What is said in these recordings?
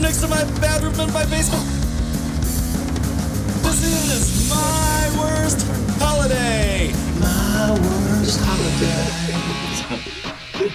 next to my bathroom in my basement. This is my worst holiday. My worst holiday.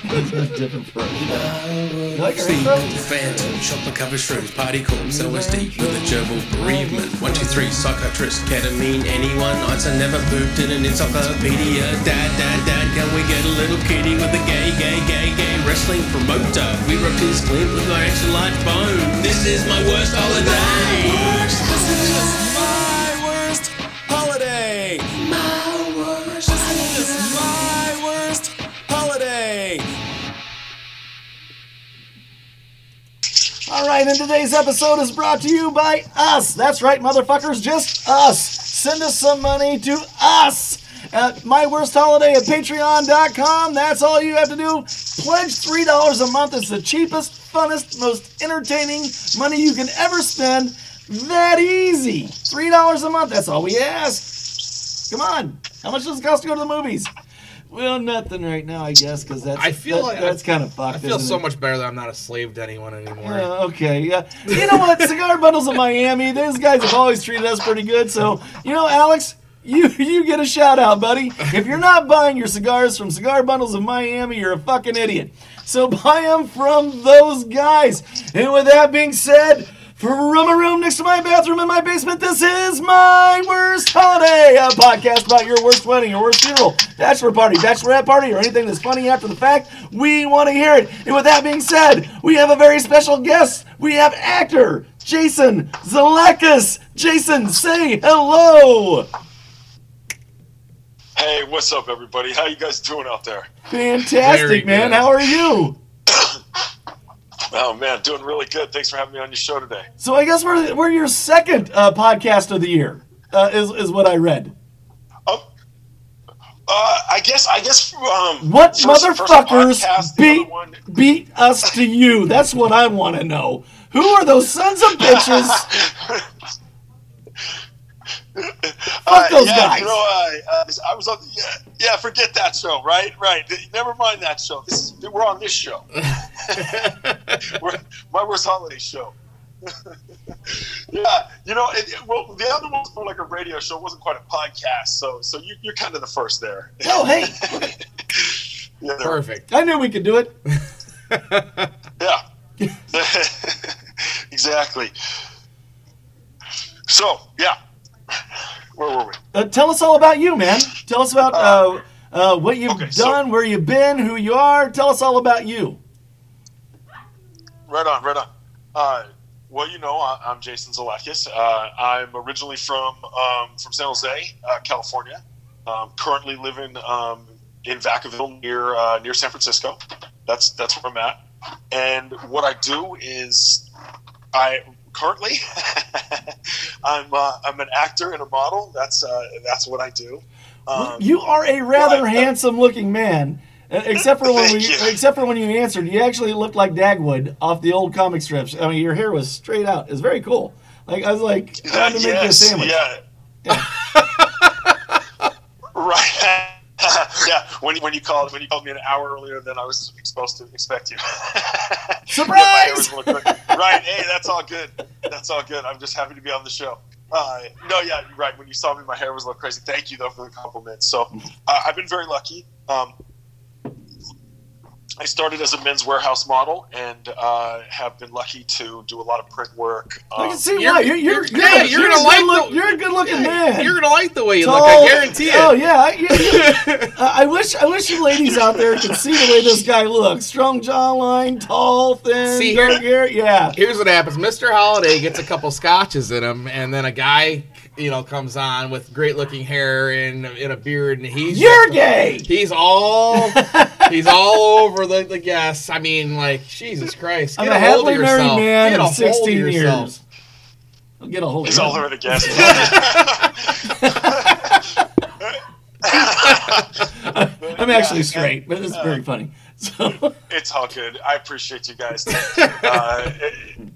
That's a different for My like worst holiday. Eric Clapton? Phantom, shop the cover shrooms, party corpse, LSD, eulogiable bereavement. One, two, three, psychiatrist, ketamine, anyone. I'd say never pooped in an encyclopedia. Dad, dad, dad, can we get a little kitty with a gay, gay, gay, gay wrestling promoter? We ripped his glint with my extra large bone. This is my worst holiday. This is my worst holiday. My worst This holiday. is my worst holiday. All right, and today's episode is brought to you by us. That's right, motherfuckers, just us. Send us some money to us at myworstholiday at patreon.com. That's all you have to do. Pledge $3 a month. It's the cheapest, funnest, most entertaining money you can ever spend. That easy. $3 a month. That's all we ask. Come on. How much does it cost to go to the movies? Well, nothing right now, I guess, because that's, I feel that- like- that's kind of fucked. I feel isn't so it? much better that I'm not a slave to anyone anymore. Uh, okay, yeah. You know what? Cigar bundles of Miami. These guys have always treated us pretty good. So you know, Alex, you you get a shout out, buddy. If you're not buying your cigars from Cigar Bundles of Miami, you're a fucking idiot. So buy them from those guys. And with that being said. From a room next to my bathroom in my basement, this is my worst holiday. A podcast about your worst wedding, your worst funeral, bachelor party, bachelorette party, or anything that's funny after the fact. We want to hear it. And with that being said, we have a very special guest. We have actor Jason Zalakis. Jason, say hello. Hey, what's up, everybody? How you guys doing out there? Fantastic, Very man. good. How are you? Oh man, doing really good. Thanks for having me on your show today. So I guess we're we're your second uh, podcast of the year. Uh, is is what I read. Oh, uh, I guess I guess um, What first- first motherfuckers podcast, the beat other one- beat us to you? That's what I want to know. Who are those sons of bitches? Uh, those yeah, guys. You know, I, uh, I was on. Yeah, yeah, forget that show. Right, right. Never mind that show. This is, we're on this show. we're, my worst holiday show. yeah, you know, it, it- well, the other one was more like a radio show. It wasn't quite a podcast. So, so you, you're kind of the first there. Oh, hey, Yeah, there- Perfect. I knew we could do it. Yeah. exactly. So, yeah. Where were we? Uh, tell us all about you, man. Tell us about uh, uh, what you've okay, so- done, where you've been, who you are. Tell us all about you. Right on, right on. Uh, well, you know, I, I'm Jason Zalakis. Uh, I'm originally from um, from San Jose, uh, California. Um, currently living um, in Vacaville near uh, near San Francisco. That's that's where I'm at. And what I do is, I currently I'm uh, I'm an actor and a model. That's uh, that's what I do. Um, you are a rather well, I- handsome-looking man, uh, except for when Thank we, you. except for when you answered. You actually looked like Dagwood off the old comic strips. I mean, your hair was straight out. It's very cool. Like I was like, I wanted to make you a sandwich. Yeah. right. yeah. When, when you called when you called me an hour earlier than I was supposed to expect you. Surprise! Yeah, my ears were quick. right. Hey, that's all good. That's all good. I'm just happy to be on the show. Uh, no, yeah, you're right. When you saw me, my hair was a little crazy. Thank you though for the compliment. So uh, I've been very lucky. Um, I started as a men's warehouse model and uh, have been lucky to do a lot of print work. I Um, can see You're- why. You're, you're, you're- yeah, you're a gonna good like look- the- You're a good-looking man. You're gonna like the way you Tall- look. I guarantee it. Oh yeah, I- yeah, yeah. Uh, I wish I wish you ladies out there could see the way this guy looks. Strong jawline, tall, thin, See dark here- hair. Yeah. Here's what happens: Mr. Holiday gets a couple scotches in him, and then a guy, you know, comes on with great-looking hair and in a beard, and he's You're gay. he's all he's all over the, the guests. I mean, like Jesus Christ, I'm get a a hold of happily married yourself. man get a of hold of 16 yourself. years. I'll get a hold of It's all you. over the gas. I'm actually straight, but it's very funny. So it's all good. I appreciate you guys. Uh,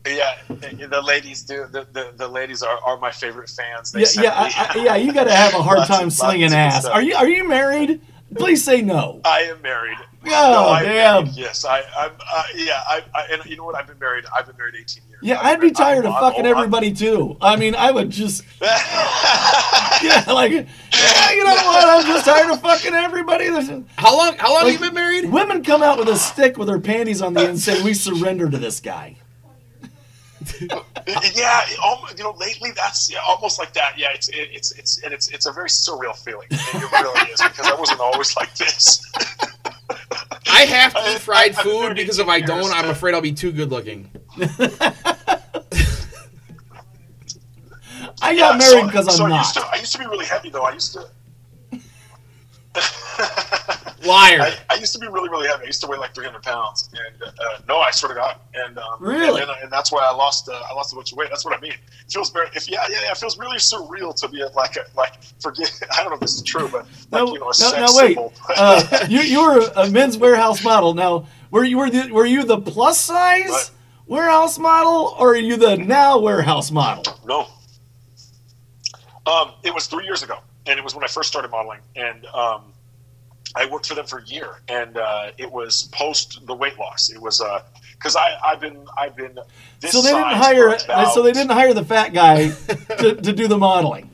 yeah, the ladies do. The, the, the ladies are, are my favorite fans. They yeah, send yeah, me- I, I- yeah. You got to have a hard Lots of- time slinging lots of ass. stuff. Are you are you married? Please say no. I am married. No, Oh I damn! married, yes, I, I'm. Uh, yeah, I, I. And you know what? I've been married. I've been married 18 years. Yeah, I've I'd be been- tired of I'm- I'm fucking old- I'm- everybody too. I mean, I would just yeah, like yeah, you know what? I'm just tired of fucking everybody. There's- How long? How long Like- have you been married? Women come out with a stick with their panties on the end, and say, "We surrender to this guy." yeah, it almost, you know, lately that's yeah, almost like that. Yeah, it's it, it's it's and it's it's a very surreal feeling. It really is because I wasn't always like this. I have to eat fried I've been food married because if I 18 years. don't, I'm afraid I'll be too good looking. I got Yeah, so- married because so I'm I used, not. to, I used to be really heavy though. I used to. Liar. I, I used to be really, really heavy. I used to weigh like 300 pounds, and uh, no, I swear to God, and um, Really? and, then- and that's why I lost, uh, I lost a bunch of weight. That's what I mean. It feels very, if yeah, yeah, yeah, it feels really surreal to be at like, a, like forget. I don't know if this is true, but like, No, you know, a no, sex no, wait. symbol. Uh, you you were a men's warehouse model. Now, were you were the, were you the plus size What? warehouse model, or are you the now warehouse model? No. Um, it was three years ago, and it was when I first started modeling, and um, I worked for them for a year, and uh, it was post the weight loss. It was because I I've been I've been this so they didn't size hire for about- so they didn't hire the fat guy to, to do the modeling.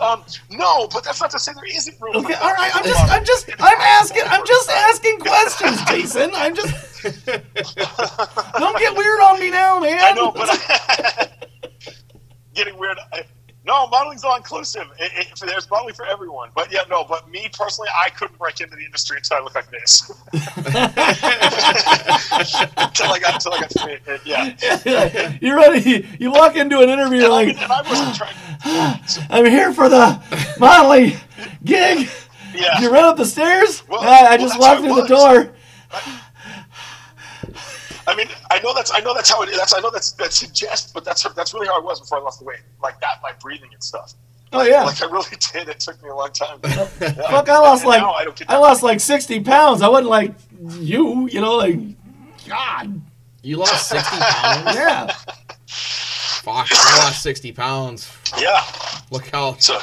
um, no, but that's not to say there isn't room. Okay, for all right. I'm just modeling. I'm just I'm asking I'm just asking questions, Jason. I'm just don't get weird on me now, man. I know, but I, getting weird. I, no, modeling's all inclusive. It, it, there's modeling for everyone. But yeah, no. But me personally, I couldn't break into the industry until I looked like this. until I got, until I got fit. And, yeah. you're ready. You walk into an interview you're like and I wasn't trying. I'm here for the modeling gig. Yeah. You run up the stairs. Well, I, I well, just that's how walked it through the was. door. I mean, I know that's I know that's how it. That's I know that's that's in jest, but that's that's really how it was before I lost the weight. Like that, my breathing and stuff. Oh yeah. Like I really did. It took me a long time. Yeah. Fuck, I lost And like now I don't get I, that lost like 60 pounds. I wasn't like you, you know, like God, You lost 60 pounds? yeah. Fuck, I lost 60 pounds. Yeah. Look how, So,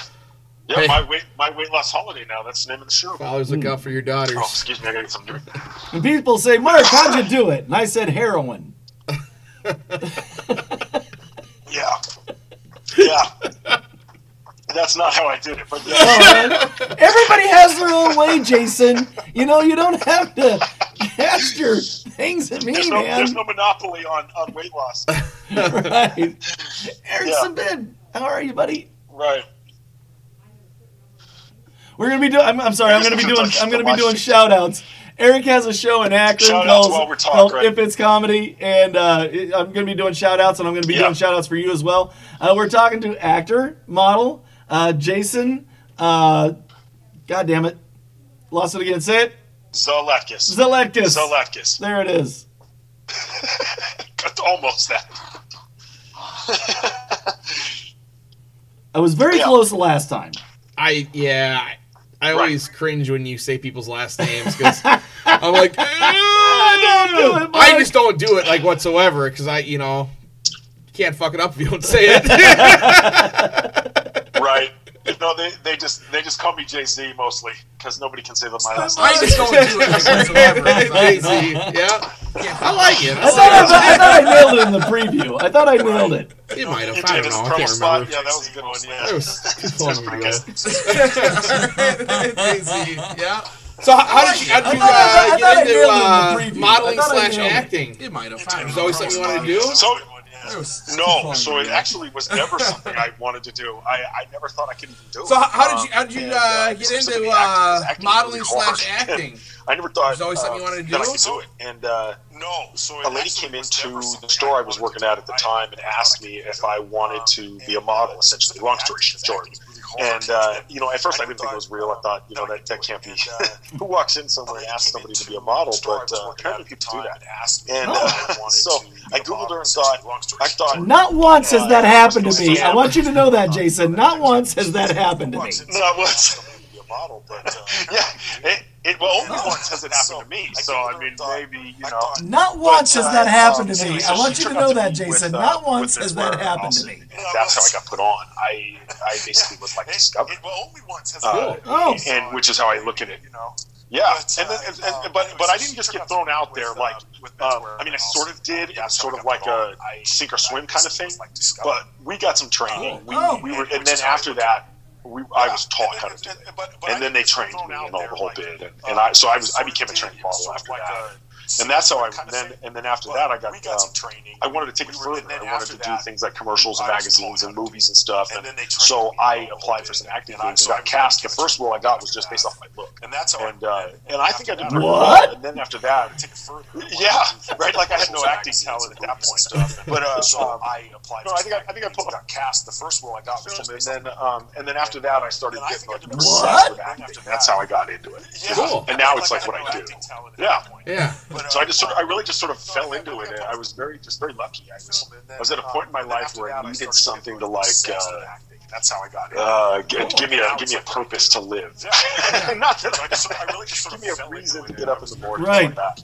yeah, Hey. my weight my weight loss holiday now. That's the name of the show. Oh, always look out for your daughters. excuse me, I gotta get something to drink. And people say, Mark, how'd you do it? And I said heroin. Yeah, yeah. That's not how I did it, but yeah. Oh, man. Everybody has their own way, Jason. You know, you don't have to cast your things at me, There's no, man. there's no monopoly on, on weight loss. right. Eric Yeah. Sabin, how are you, buddy? right. We're gonna be doing. I'm, I'm sorry. I'm gonna be doing. I'm gonna be doing shout outs. Eric has a show in Akron Shout-outs called, while we're talking, called right? If It's Comedy, and uh, it- I'm going to be doing shout outs, and I'm going to be Yeah. doing shout outs for you as well. Uh, we're talking to actor, model, uh, Jason. Uh, God damn it. Lost it again. Say it. Zolakis. Zelekis. Zolakis. There it is. Almost that. I was very Yeah. close the last time. I, yeah, I, I always cringe when you say people's last names because I'm like, "Ah, I Don't do it, I Mark. just don't do it like whatsoever because I, you know, can't fuck it up if you don't say it. Right. No, they, they just they just call me Jay Z mostly because nobody can say that my last name. I just don't do it like whatsoever. It's crazy. Yeah. I like it. I thought I, I thought I nailed it in the preview. I thought I nailed it. It might have. You I did don't his know. I promo can't spot. remember. Yeah, that was a good one. Yeah. It was too That's long pretty ago. good. yeah, So how, how did you, how did you I uh, thought- I thought I get into nailed it in the uh, preview. modeling I thought I slash nailed it. acting? it might have. It was always something you wanted to do. So, It was no, fun, so it yeah. actually was never something I wanted to do. I, I never thought I could even do it. So how, how did you how did Um, you and, uh, get specifically into acting, uh, 'cause acting is modeling really hard. slash acting? I never thought There's always something you uh, wanted to that I do? could do it. And uh, No, so a lady came into the store I was working at at the time and asked me if I wanted um, to be a model, essentially. Long story short. And, uh, you know, at first I didn't think it was real. I thought, you know, that, that can't be. Who walks in somewhere and asks somebody to be a model? But uh, apparently people do that. And uh, so I Googled her and thought, I thought, Not once has that happened to me. I want you to know that, Jason. Not once has that happened to me. not once. model, but uh, yeah, it, it well only No. once has it happened to me. I So could've I mean, thought- maybe you I know. thought- Not once But, has that uh, happened um, to me. I so she want you took to out know the that, beat with, Jason. uh, Not with once this has that word happened to also. me. That's how I got put on. I I basically was like it, discovered, it well, only once has Uh, happened. Oh. and which is how I look at it. you know. Yeah, But, and, then, uh, and, and- um, but anyway, but so I she didn't just took get out the thrown beat out with, there uh, like. with Um, Bensware I mean, I and sort of also- did. It Yeah, was so sort of I got like the a ball. I- sink or I swim kind of just thing. was, like, discovered. But we got some training. We, Oh. we were, and Yeah, which then is how I after look at that, we I Yeah. was taught And- how to and- do and- it. but- but I And then didn't they get trained thrown me out and all there the whole like, bit, and, uh, and I so I was I sort of became a did. training It was model sort of after like that. a And that's how I kinda then thing. and then after But that I got. we got some um, training. I wanted to take it We were- further. and then I wanted after to do that, things like commercials and I was told magazines how and to do movies and stuff. And And, then they trained so me I all the applied way for some there. acting And I gigs, got got cast. The cast first role I got was after just that. based off my look. And that's how I- and uh, and- and I think I did after pretty that, well. And then after that, Take it further. yeah, right. Like I had no acting talent at that point. But uh, so um, I applied. no, for I think I, some I think I acting put gigs, got cast. The first role I got was film, just and based on then um, and then after that, I started And I getting like, think I did obsessed what? with acting. That's how I got into it. Yeah. Cool. And now it's like I what had I no do. acting talent at Yeah. that point. Yeah. But, So I uh, just sort of, I really just sort of fell I think into I it. got And I was very, just very lucky. I was, And then, I was at a um, point in my and then life after where that, I needed started getting something to like, obsessed with uh, acting. That's how I got in. uh, g- give me a Now give it's me a like- purpose to live. Yeah. Not that So I just sort of- I really just sort give of me a fell reason to into it. get up in the morning. Right. and come back.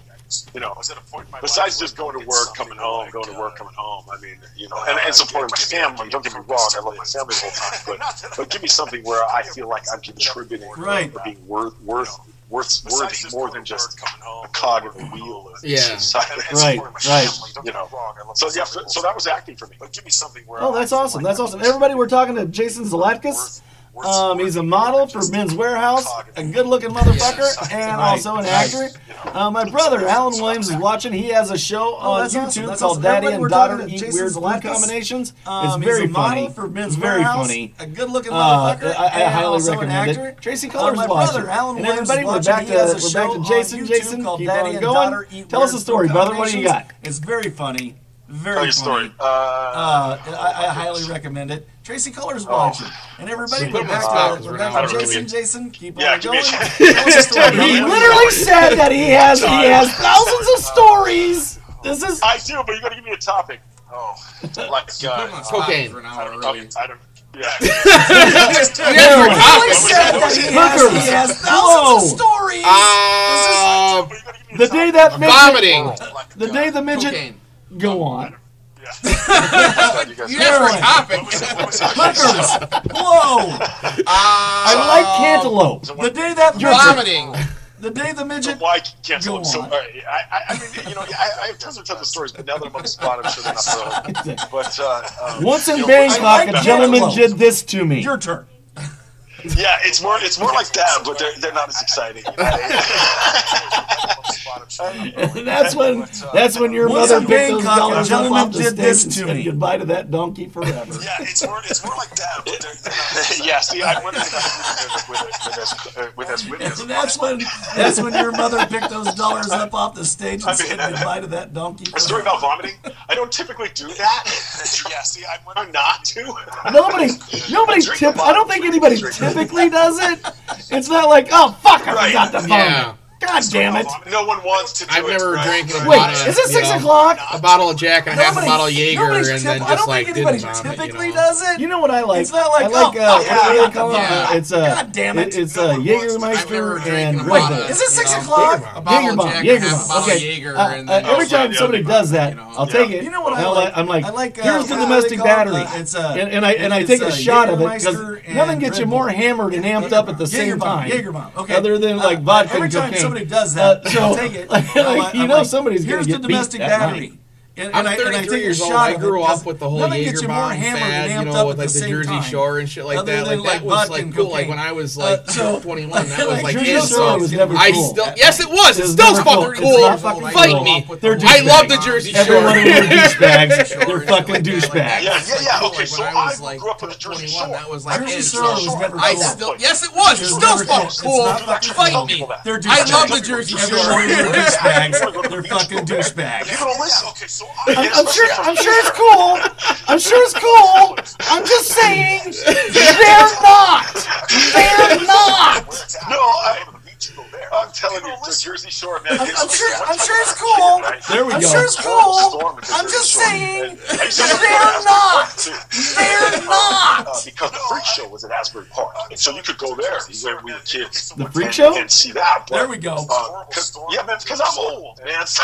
You know, I was at a point in my life besides where just I going to did work, coming something home, like, going to uh, work, coming home. I mean, you know, uh, and, and supporting my give me a- family. Don't get me give me a wrong, I purpose love my family to live. the whole time, Not that but I- but give me something where I feel like I'm Give me a reason to get contributing up in the morning. or being worth worth worth Besides worthy just more going than to work, just coming home, a cog in the wheel of Yeah. society. Right, right. You know. So So yeah, so so that was acting for me. But give me something where. Oh, that's awesome. That's awesome. Everybody, we're talking to Jason Zalatkis. Um, he's a model for Men's Warehouse, a good-looking motherfucker, and also an actor. Uh, my brother Alan Williams is watching. He has a show on Oh, that's awesome. YouTube That's called awesome. Daddy Everybody, and we're Daughter talking to Eat Jason Weird Zalatkis. Food Combinations. Um, it's he's very a model funny. for it's Men's very Warehouse, funny. A good-looking Uh, motherfucker. I, I and highly also an recommend actor. it. Tracy Colors my watched brother, it. Alan and Williams, everybody, is we're back watching. He has to a we're back show to on Jason. YouTube Jason, called keep Daddy on and going. Daughter Eat Tell us a Weird story, Food brother. What do you got? Combinations. It's very funny. Tell Very funny. your story. Uh, I, I highly recommend it. Tracy Color's Oh. watching. And everybody, Put we're my back stockings to, we're around. back I to don't give Jason. a- Jason, keep Yeah, on give me a- going. Tell us a story. He brother. literally said that he has he has thousands of stories. This is I do, but you got to give me a topic. Oh, Like, Put him uh, on spot Cocaine. For an I hour don't, early. I don't, yeah. Dude, Really said that he has, he has Whoa. thousands of stories. Ah. Uh, But you gotta give me a the topic. day that midget. vomiting. The day the midget. Cocaine. Go on. You guys- You have a Heroin. topic. Hookers. Whoa. Uh, I like cantaloupe. The day that midget, Vomiting. the day the midget Why can't Go I'm so on. sorry. I, I, I mean, you know, I, I have tons and tons of stories, but now that I'm on the spot, I'm sure they're not relevant. But uh, um, Once in you know, Bangkok, like a gentleman cantaloupe. did this to me. Your turn. yeah, it's more, it's more like that, but they're, they're not as exciting. And that's when that's when your Once mother in picked those Bangkok, a dollars up gentleman off the did stage this and to said me. goodbye to that donkey forever. yeah, it's more, it's more like that. But they're, they're not yeah, see, I went with us, with us, uh, with us, with us. And that's when that's when your mother picked those dollars up off the stage and said I mean, goodbye to that donkey. A story about vomiting. I don't typically do that. yeah, see, I went not to. Nobody, nobody Drink tip. the I don't think anybody typically does it. It's not like, oh fuck, I Right. forgot the phone. Yeah. God damn it! No one wants to do I've it. never right? drank in a Wait, bottle. is it you six know, o'clock? A bottle of Jack and a half a Nobody's- bottle of Jaeger, and nobody's then tip- I just don't like think didn't anybody vomit. You typically know. does it. You know what I like? It's not like, I like oh, uh, fuck, what do yeah, they call it? yeah. Uh, It's a God damn it. It's a I've never Jägermeister drank in and a Red bottle. Bull. Is it six you know, o'clock? Jaeger A bomb. bottle of Bomb, Jack, Jaeger half a bomb. bottle of Okay. Jaeger, Uh, and uh, Uh, every Oh, sorry, time the somebody other does bottle, that, you know. I'll Yeah. take it. You know what I And I'll like? let- I'm like, I like, uh, here's the what do domestic they call it? Uh, battery, it's, uh, and, and I and I it's, take a uh, shot of it Jägermeister because and nothing gets you Red more Bull. hammered and amped up at the same Jagerbomb, time. Jagerbomb, okay. Other than like Uh, vodka Every and time cocaine. somebody does that, Uh, so, I'll take it. like, I'm you I'm know somebody's gonna here's get the beat domestic that battery. night. And, I'm and I- and I 33 take a years old. I shot of grew it, 'cause up with the whole nothing Jaeger gets you more bomb hammered and fad, you amped know, up with at like the the same Jersey time. Shore and shit like Other that. than, Like that like, was vodka like and cool. Like cocaine. when I was Uh, like so- 21, that was like, like Jersey yeah, Shore so was never I cool. still yes, it was. It It's was still never cool. fucking It's cool. not fucking Fight cool. me. They're I love douchebags. the Jersey Shore. Every one of them are douchebags. They're fucking douchebags. douchebags. Yeah, yeah, yeah. Okay, Like, so when I was, like, grew up with the Jersey 21, Shore. That was like Jersey it. Shore was never I cool. still yes, it was. It's still never cool. fucking It's cool. not fucking Fight cool. me. They're I love douchebags. the Jersey Everyone is Shore. douchebags. They're fucking douchebags. People don't listen. Okay, so I, I'm, I'm sure. I'm sure it's cool. I'm sure it's cool. I'm just saying, they're not. They're not. No, I, I'm telling you, the Jersey Shore, man. I'm, I'm sure. I'm sure it's cool. There we I'm go. sure it's cool. I'm just saying. They're They're not. They're not. Uh, Because the freak show was an ass Asbury Park. And so you could go there when we were kids The freak show? and see that. But, There we go. uh, 'cause- yeah, man, because I'm old, man. So,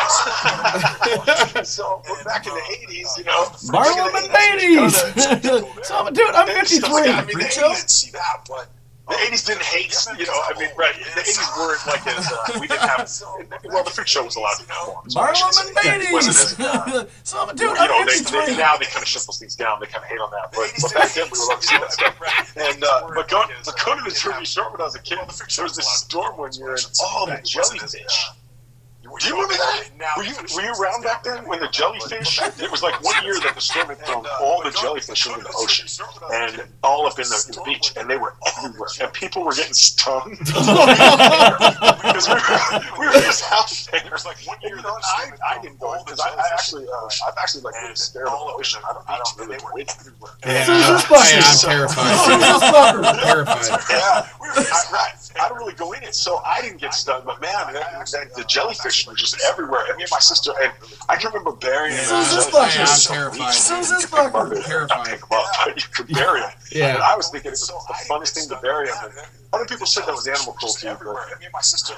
so we're back in the uh, 80s, you know. Barnum and Bailey's. so I'm, dude, I'm And stuff like 53. that. I mean, the Freak show? 80s, See that, but the 80s didn't hate, you know, I mean, right. The 80s weren't like as, uh, we didn't have, well, the freak show was allowed to perform. so I Barnum should and say. It wasn't as- Beatties. so I'm a dude. you know, I'm they, they, 53. now they kind of shut those things down. They kind of hate on that. But, but back then, we were allowed to see that stuff. And, uh, but going, but going to the trivia short when I was a kid, there was this storm one year and all the jellyfish. Do you remember that? Were you, were you around back then when the jellyfish? It was like one year that the storm had thrown all the jellyfish into the ocean and all up in the, in the beach, and they were everywhere, and people were getting stung because we were, we were just out there. Like one year, I, I didn't go because I, I actually, uh, I've actually like really scared of the ocean. I don't, I don't really go in. Yeah, So is this I, fucking- am terrified. Jesus fucker. terrified. Yeah, we were, I, right. I don't really go in it, so I didn't get stung. But man, that, that, the jellyfish were just everywhere. And me and my sister, and I can remember burying Yeah, them. So is this I fucking- am so terrified. So is this Not fucker. terrified. pick them up, but you could bury them. Yeah. And I was thinking it was the funniest thing to bury them. And other people said that was animal cruelty. But me and my sister.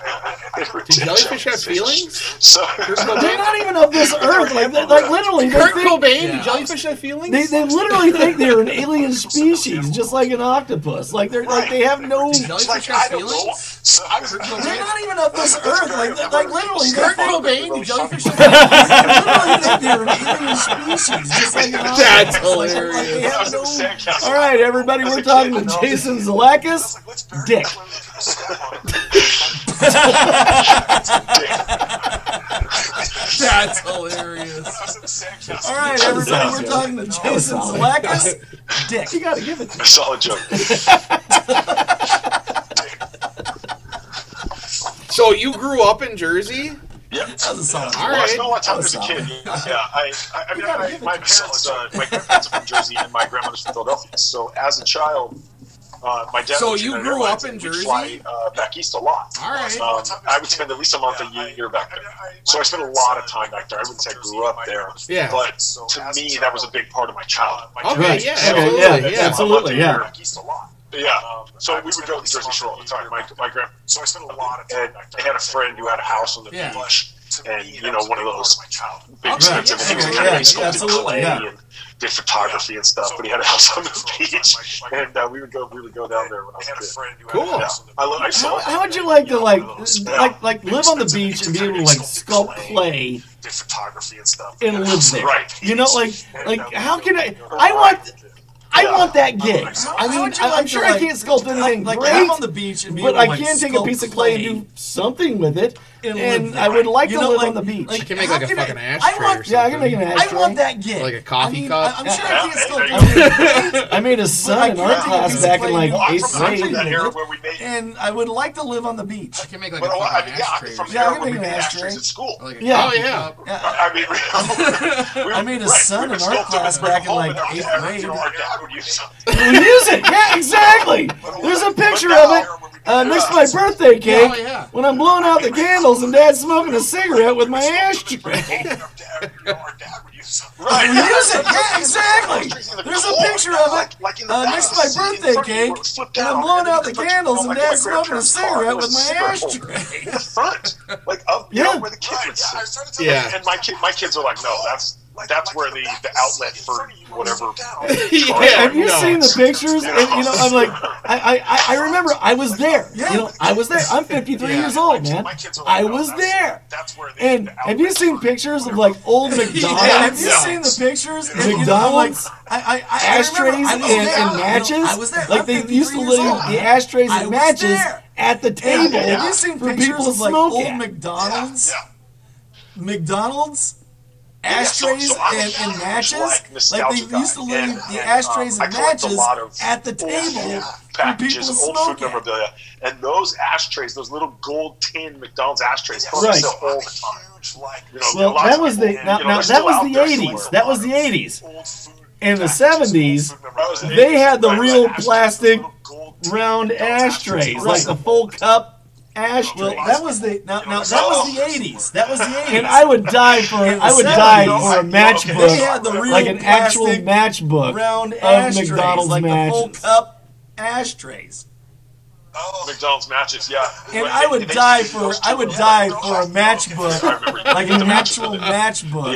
Do jellyfish have feelings? So They're not even of this earth. Like, they- like literally, they Kurt think, Cobain, Yeah. do jellyfish have feelings? they, they literally think they're an alien species, just like an octopus. Like they're like they have no. jellyfish Like, I have don't feelings? know. So I was They're not even of this earth. Like, they- like literally, they're Kurt Cobain, do jellyfish have literally think they're an alien species. Just like an That's octopus. Like, like, they hilarious. I have was in the no sandcastle. All right, everybody, we're talking to Jason Zalakis. Dick. That's hilarious. All right, everybody, we're Solid. talking to Jason Solid. Zalakis. Dick, you gotta give it. to Solid joke. So you grew up in Jersey? Yeah. That was a solid. All Well, I right. spent a lot of time as a kid. Yeah, I, I, I mean, I, my parents, uh, my grandparents are from Jersey and my grandmother's from Philadelphia. So as a child, uh, my dad. So worked you United grew Airlines, up in and we'd Jersey? Fly, uh, back east a lot. All right. Um, I would spend at least a month a year back there. So I spent a lot of time back there. I wouldn't say I grew up there, Yeah. but to me that was a big part of my childhood. My Okay, Right. yeah, Okay, absolutely. yeah, Yeah, that's- Absolutely, yeah. yeah. So we would go to the Jersey Shore all the time. My, my grand. So I spent a lot of time. And I had a friend who had a house on the Yeah. beach, and you know, one of those big Okay, expensive yeah, things yeah, that kind yeah, of school absolutely, absolutely, yeah. and did photography and stuff. But he had a house on the beach, and uh, we would go. We would go down there when I was a kid. Cool. Yeah. I love. I How, saw. how would you like to like like like live on the beach and be able to like sculpt clay Did photography and stuff. and live there? Right. You know, like like how can I? I want I want that gig. I How mean, would you I, like I'm to, sure I like- can't sculpt anything Like, great, I'm on the beach and be but able to, I like, can take a sculpt piece of clay and do something with it. And, live I there. would like You to know, live like- on the beach. like- You can make How like a can I- fucking I ashtray or want- something. yeah, I can make an I want that gig. Like a coffee I mean, cup? I, am sure I Yeah, can there you sculpt clay. I made a son in I art can't class do back in clay. like Well, I'm eighth from, I'm from grade. that era where we made and I would like to live on the beach. I can make like But a oh, I fucking mean, yeah, I'm ashtray. from or the Yeah, I era where we can make made an ashtrays ashtray. at school. something. Like a Yeah. coffee Oh, cup. Yeah. I mean, we, we, I made a right, son we in would art sculpt them class and bring back in them home like and our eighth dad- grade. you know, our dad would use them. music. Yeah, exactly. There's a picture of it uh, next to my birthday cake Oh, yeah. when I'm blowing out the candles and Dad's smoking a cigarette with my ashtray. Right. We use it. Yeah, exactly. Ashtrays in the There's a cold, picture of like- it like in the uh, back next to seat, my in birthday front of you, cake, where it's flipped and I'm down, blowing you out the can put your candles, phone and like in my Dad's smoking a grandparents' car, cigarette there with was a my cigarette holder ashtray. in the front, like up, Yeah. you know, where the kids would sit. Yeah. And my kid, my kids are like, no, that's that's where the, the outlet for whatever. yeah, Have you no. seen the pictures? And, you know, I'm like, I, I, I remember I was there. You know, I was there. I'm 53 years old, man. I was there. That's where the, And the have you outlet seen for- pictures of like old Have McDonald's? you seen the pictures? And, you know, McDonald's, like, I, I, I, I ashtrays remember, I and, was there, and you know, matches. I was there. Like I'm they used 53 to years leave old. the ashtrays I and was matches there. at the table yeah, Have you seen for pictures people to of like smoke old at. McDonald's? Yeah. McDonald's Yeah, so- ashtrays so I was and, and huge, matches. like, Like, nostalgia they used to guy, leave and- the and, ashtrays um, and I collect a matches lot of at the old table food for people to packages, old food smoke at. memorabilia, and those ashtrays, those little gold tin McDonald's ashtrays, Yeah, yeah, Right. sell all the time. You know, Well, lots that of was people- the and, now, you know, now they're that still was out the there 80s. somewhere. That was the 80s. Old food. In the packages, old 70s, food That was the they 80s, had the right, real like ashtrays, plastic little gold tin round McDonald's ashtrays, like Right. the full cup Well, ashtray. that was the now, now that was the '80s. That was the '80s. And I would die for In the I would 70s, die no, for a I- okay. They matchbook, had the real like an actual plastic matchbook round of ashtrays, McDonald's like the full matches. cup ashtrays. Oh, McDonald's matches, yeah. And When I they- would they die see for those I two would of die them. for a I matchbook, remember like an the matches actual with it. matchbook.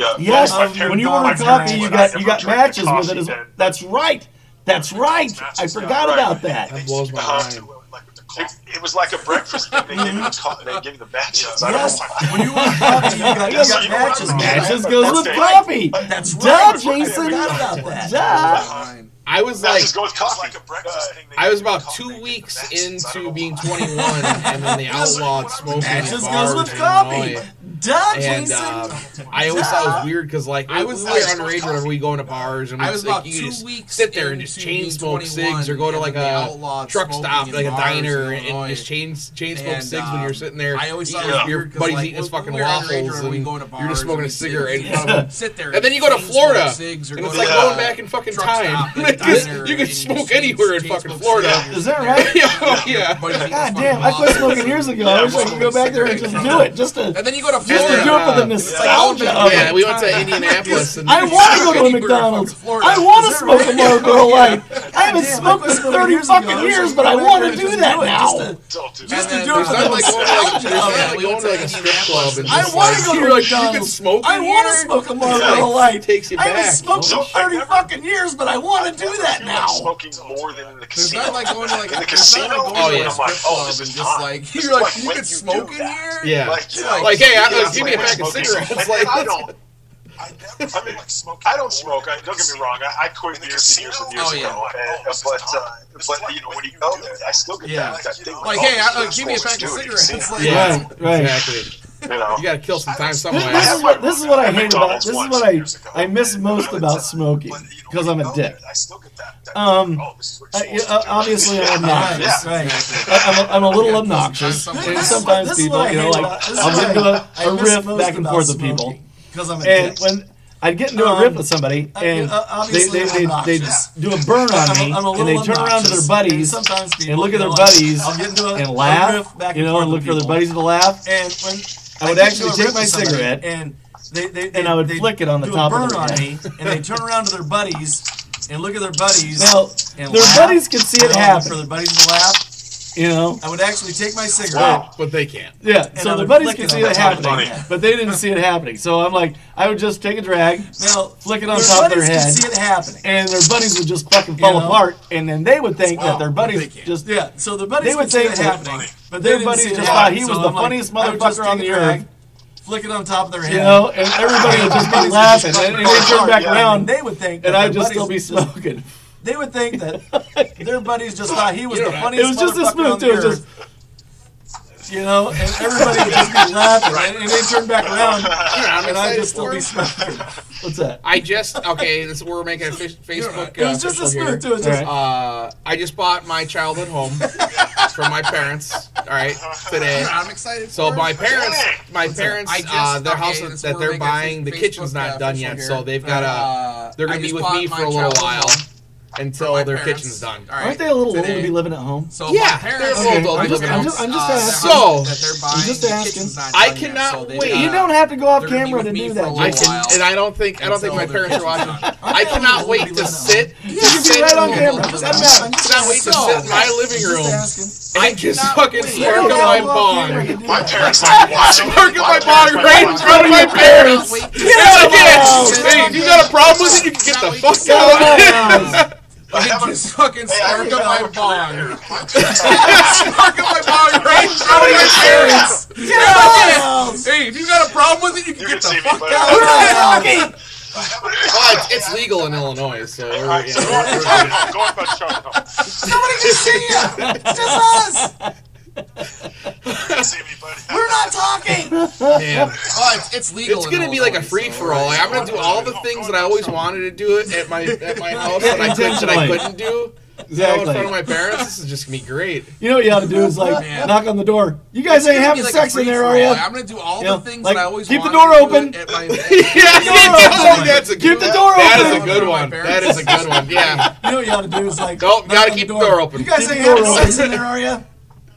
Yeah. Yes, My um, parents- when you my order parents coffee, you would got never you got drink matches with coffee it. As, then. that's right. That's right. I Matches, yeah, forgot right. about that. they blows just my keep mind. the coffee, like, with the It, coffee. it was Uh, like a breakfast thing. They gave you the, co- they gave you the matches. I don't Yes. know. When you order coffee, you got, you Yes, got you know what matches. I'm man. Matches That's goes the with thing. coffee. That's Duh, right. Jason. I forgot about that. Duh. I was That's like, just go with It's coffee. like a breakfast thing. they I give was you the about coffee, two they give you the weeks matches. I don't into know being why. 21, and then they outlawed smoking. at Matches bars goes with in coffee. Illinois. Duh, And Jason. uh, I always thought it was weird because, like, I was was we were like- underage whenever we go into bars, and I we'd, was like, about you two just weeks sit there and just into chain being smoke 21, cigs, or go to and like then they a outlawed truck smoking stop, in like a bars in diner, and Illinois. just chain chain smoke And, cigs when you're um, sitting there. I always thought eating it was your- weird your 'cause, buddies like, eating his when we fucking were underage waffles, and we and go to you're bars just smoking a and we'd cigarette. sit- in front of him. Sit there. And then you go to chain smoke Florida, cigs or and go it's to like the going back in fucking truck time stop at a because diner you can and you smoke just anywhere in chain fucking smoke Florida. cigs. Is that right? Yeah, yeah. Buddies eating God fucking damn! I quit waffles. smoking years ago. I Yeah, wish I could go back there and just do it. Just to And then you go to Just Florida. just to to do it for the nostalgia of Yeah, it. we went to Indianapolis. And I want to go to a McDonald's. I want to smoke a Marlboro Light. I haven't Damn, smoked I in quit 30 years ago. fucking years, but I Just want to do do it. that Just now. to- Don't do Just that. to do it There's for not the like going to like, there's nostalgia not of it. like going to like a strip club and I just wanna like, go to you're like, you can McDonald's. smoke. I in want to here? smoke a It's Marlboro like, Light. takes you I haven't back. smoked in Oh, I 30 never- fucking years, but I want to do that You like now. smoking more than in the There's casino. not like going to like in the there's casino. not like Oh, going to yeah. a strip Oh, club this and is just not- like this is you're like like you when could you smoke do in that. here. Yeah. Like, It's yeah, like- Like, hey, I, yeah, like, it's give me like a when pack of smoking- cigarettes. and Like, I don't. I never I mean, really like smoking. I don't smoke. I, don't get me wrong. I, I quit In the years and years and casino? years Oh, yeah. ago. And, Oh, this is but uh, hot. This is but like you know when when you you go do there, that. I still get Yeah. that, that thing. Like, oh, hey, this I, uh, is give me a what pack of we do in the cigarettes. It's casino, like Yeah, right. Exactly. You know. You gotta kill some time This, somewhere. this is what this is what I hate about this is what I I miss most But, about uh, smoking but, you know, because when I'm you a go dick. there, I still get that. that Um, oh, this is what I, you're supposed uh, to do. obviously, I'm obnoxious. Yeah. Right. I, I'm, a, I'm a little obnoxious. Sometimes- And This is sometimes what- this is people, what I you know, hate like about- this is I'll what I get into a, I a miss riff most back and about forth with smoking, people. Because I'm a And dick. when I'd get into a Um, riff with somebody, uh, and uh, they obviously they, they, I'm they obnoxious. do a burn on I'm a- me, I'm a and they little turn around to their obnoxious, buddies and sometimes and people look at their go like, buddies I'll get into a- and a laugh, riff back and you know, forth and look with for their people. buddies to laugh. and when I would get actually into a take riff my with somebody, cigarette, and they, they, they and I would they flick it on the do top a of burn their on head. me, and they turn around to their buddies and look at their buddies. Now, and their laugh. buddies can see They're it all happen. For their buddies to laugh, you know. I would actually take my cigarette. But they can't. Yeah, I so their would buddies flick could it see on it top of happening, their head. but they didn't see it happening. So I'm like, I would just take a drag, Now, flick it on their top of their buddies head, Can see it happening. and their buddies would just fucking fall You know? apart, and then they would think that their buddies can't. just Yeah, so the buddies They would could see think it that- happening, but their they didn't buddies see it just thought he happen, was so the I'm like, funniest I would just motherfucker on take the a earth. drag, Flick it on top of their head. You know, and everybody would just be laughing, and, and they'd turn back Yeah, around, and they would think, and that I'd their just still be buddies smoking. They would think that their buddies just thought he was the It funniest. was just a motherfucker on smooth, the too. It was earth, just you know, and everybody would just be laughing, and, and they turn back around, I'm and excited I'd just still for be it. smoking. what's that? I just okay. This we're making a fish, Facebook. It uh, was just a official here. smooth, too. It was All just right. Uh, I just bought my childhood home from my parents. All right, today. I'm excited. So for my it. parents, my parents, I just- uh, their okay, house this is that where they're we get buying, the Facebook, kitchen's not uh, done official yet, here. so they've got to. Uh, They're I gonna be just with bought me my for a little childhood while home until for my their parents. kitchen's done. All right. Aren't they a little old Today. to be living at home? So my Yeah, parents, they're Okay, old I'm just, living I'm homes. just, uh, I'm just their asking. So- house that they're buying, just the asking. kitchen's not I done yet, cannot so they've wait. got- You don't have to go off they're gonna be camera with to me for a do that. little I Jason. can, and I don't think I don't think my Until their parents are watching. kitchen's done. I cannot wait to sit. You to can be sit- right on camera. Doesn't matter. Cannot wait to sit in my living just room asking. and just fucking You spark can up go my off camera to do bong. My that. parents like watching. Spark up my bong right in front of my Get out of parents. Wait to Get out of here! Hey, if you got a problem with it, you can get the fuck Come out. on, guys. just fucking spark up my bong. Spark up my bong right in front of my parents. Get out of here! Hey, if you got a problem with it, you You can get can see the me, fuck but out. Well, Well, it's, it's legal in Illinois, so we're, Alright, yeah, so we're- we're good. go on about Charlotte Home. Nobody can see you. It's just us. See me, buddy. We're not talking. Man, Oh, it's, it's legal. it's gonna be like a free for all. I'm gonna do all the things that I always wanted to do it at my at my house that I could that I couldn't do. You know, in front of my parents, this is just gonna be great. You know what you ought to do is like Man. knock on the door. You guys ain't having sex in there, are you? I'm gonna do all Yeah, the things like, that I always keep the wanted door to do open. at my- Yeah, that's a Keep good. the door That is a open. good one. That is a good one. Yeah. You know what you ought to do is like. Nope, knock gotta on keep the door open. You guys Keep the ain't door having open. sex in there, are you?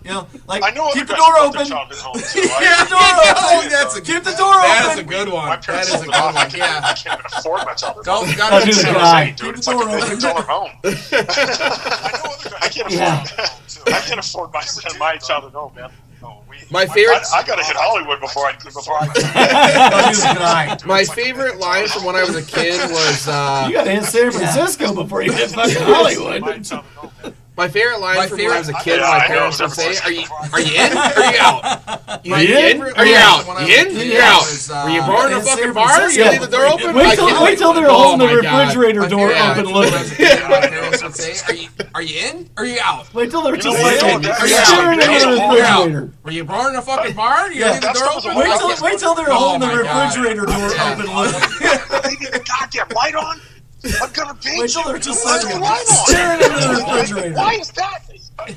You know, like I know other keep the guys door who put their child open. at home, so I- Keep the door Oh, open. that's a Keep the door that is a open. good one. My That parents is a sold good it off. I one. can't, I Yeah. can't even afford my child. at home. Don't gotta do do the San God. Jose, dude, it's like a million dollar home. I know other guys. I can't afford. Yeah. I can't afford my my child at home, man. No, we, My favorite, I, I gotta hit Hollywood before I before I. Don't use an eye. my favorite line from when I was a kid was, You uh, gotta hit San Francisco before you hit fucking Hollywood. My child at home, man. my favorite line My from when I favorite- was a kid. Yeah, my I know, parents would San say, "Are you, Francisco. are you in? Or are you out? My You in? favorite Are you one out? when I You was in? a kid You're out. was, uh, Were you born in a in San fucking bar? You Francisco. leave the door open? I Wait till, can't- wait till they're Oh holding the my God. refrigerator my door favorite open one when I was a looking. kid, My parents would say, "Are you are you in? Are you out? Wait till they're know just what? like That's- that's- staring that's- into the that's- refrigerator. Were you born in a fucking bar? You Yeah, leave the that's door what was open? the Wait till, wait till they're Oh holding the my God. refrigerator door Yeah. open. Look. leaving the goddamn light on. I'm gonna beat Wait you. till they're just Why is like the light on? staring into the refrigerator. Why is that? Dude,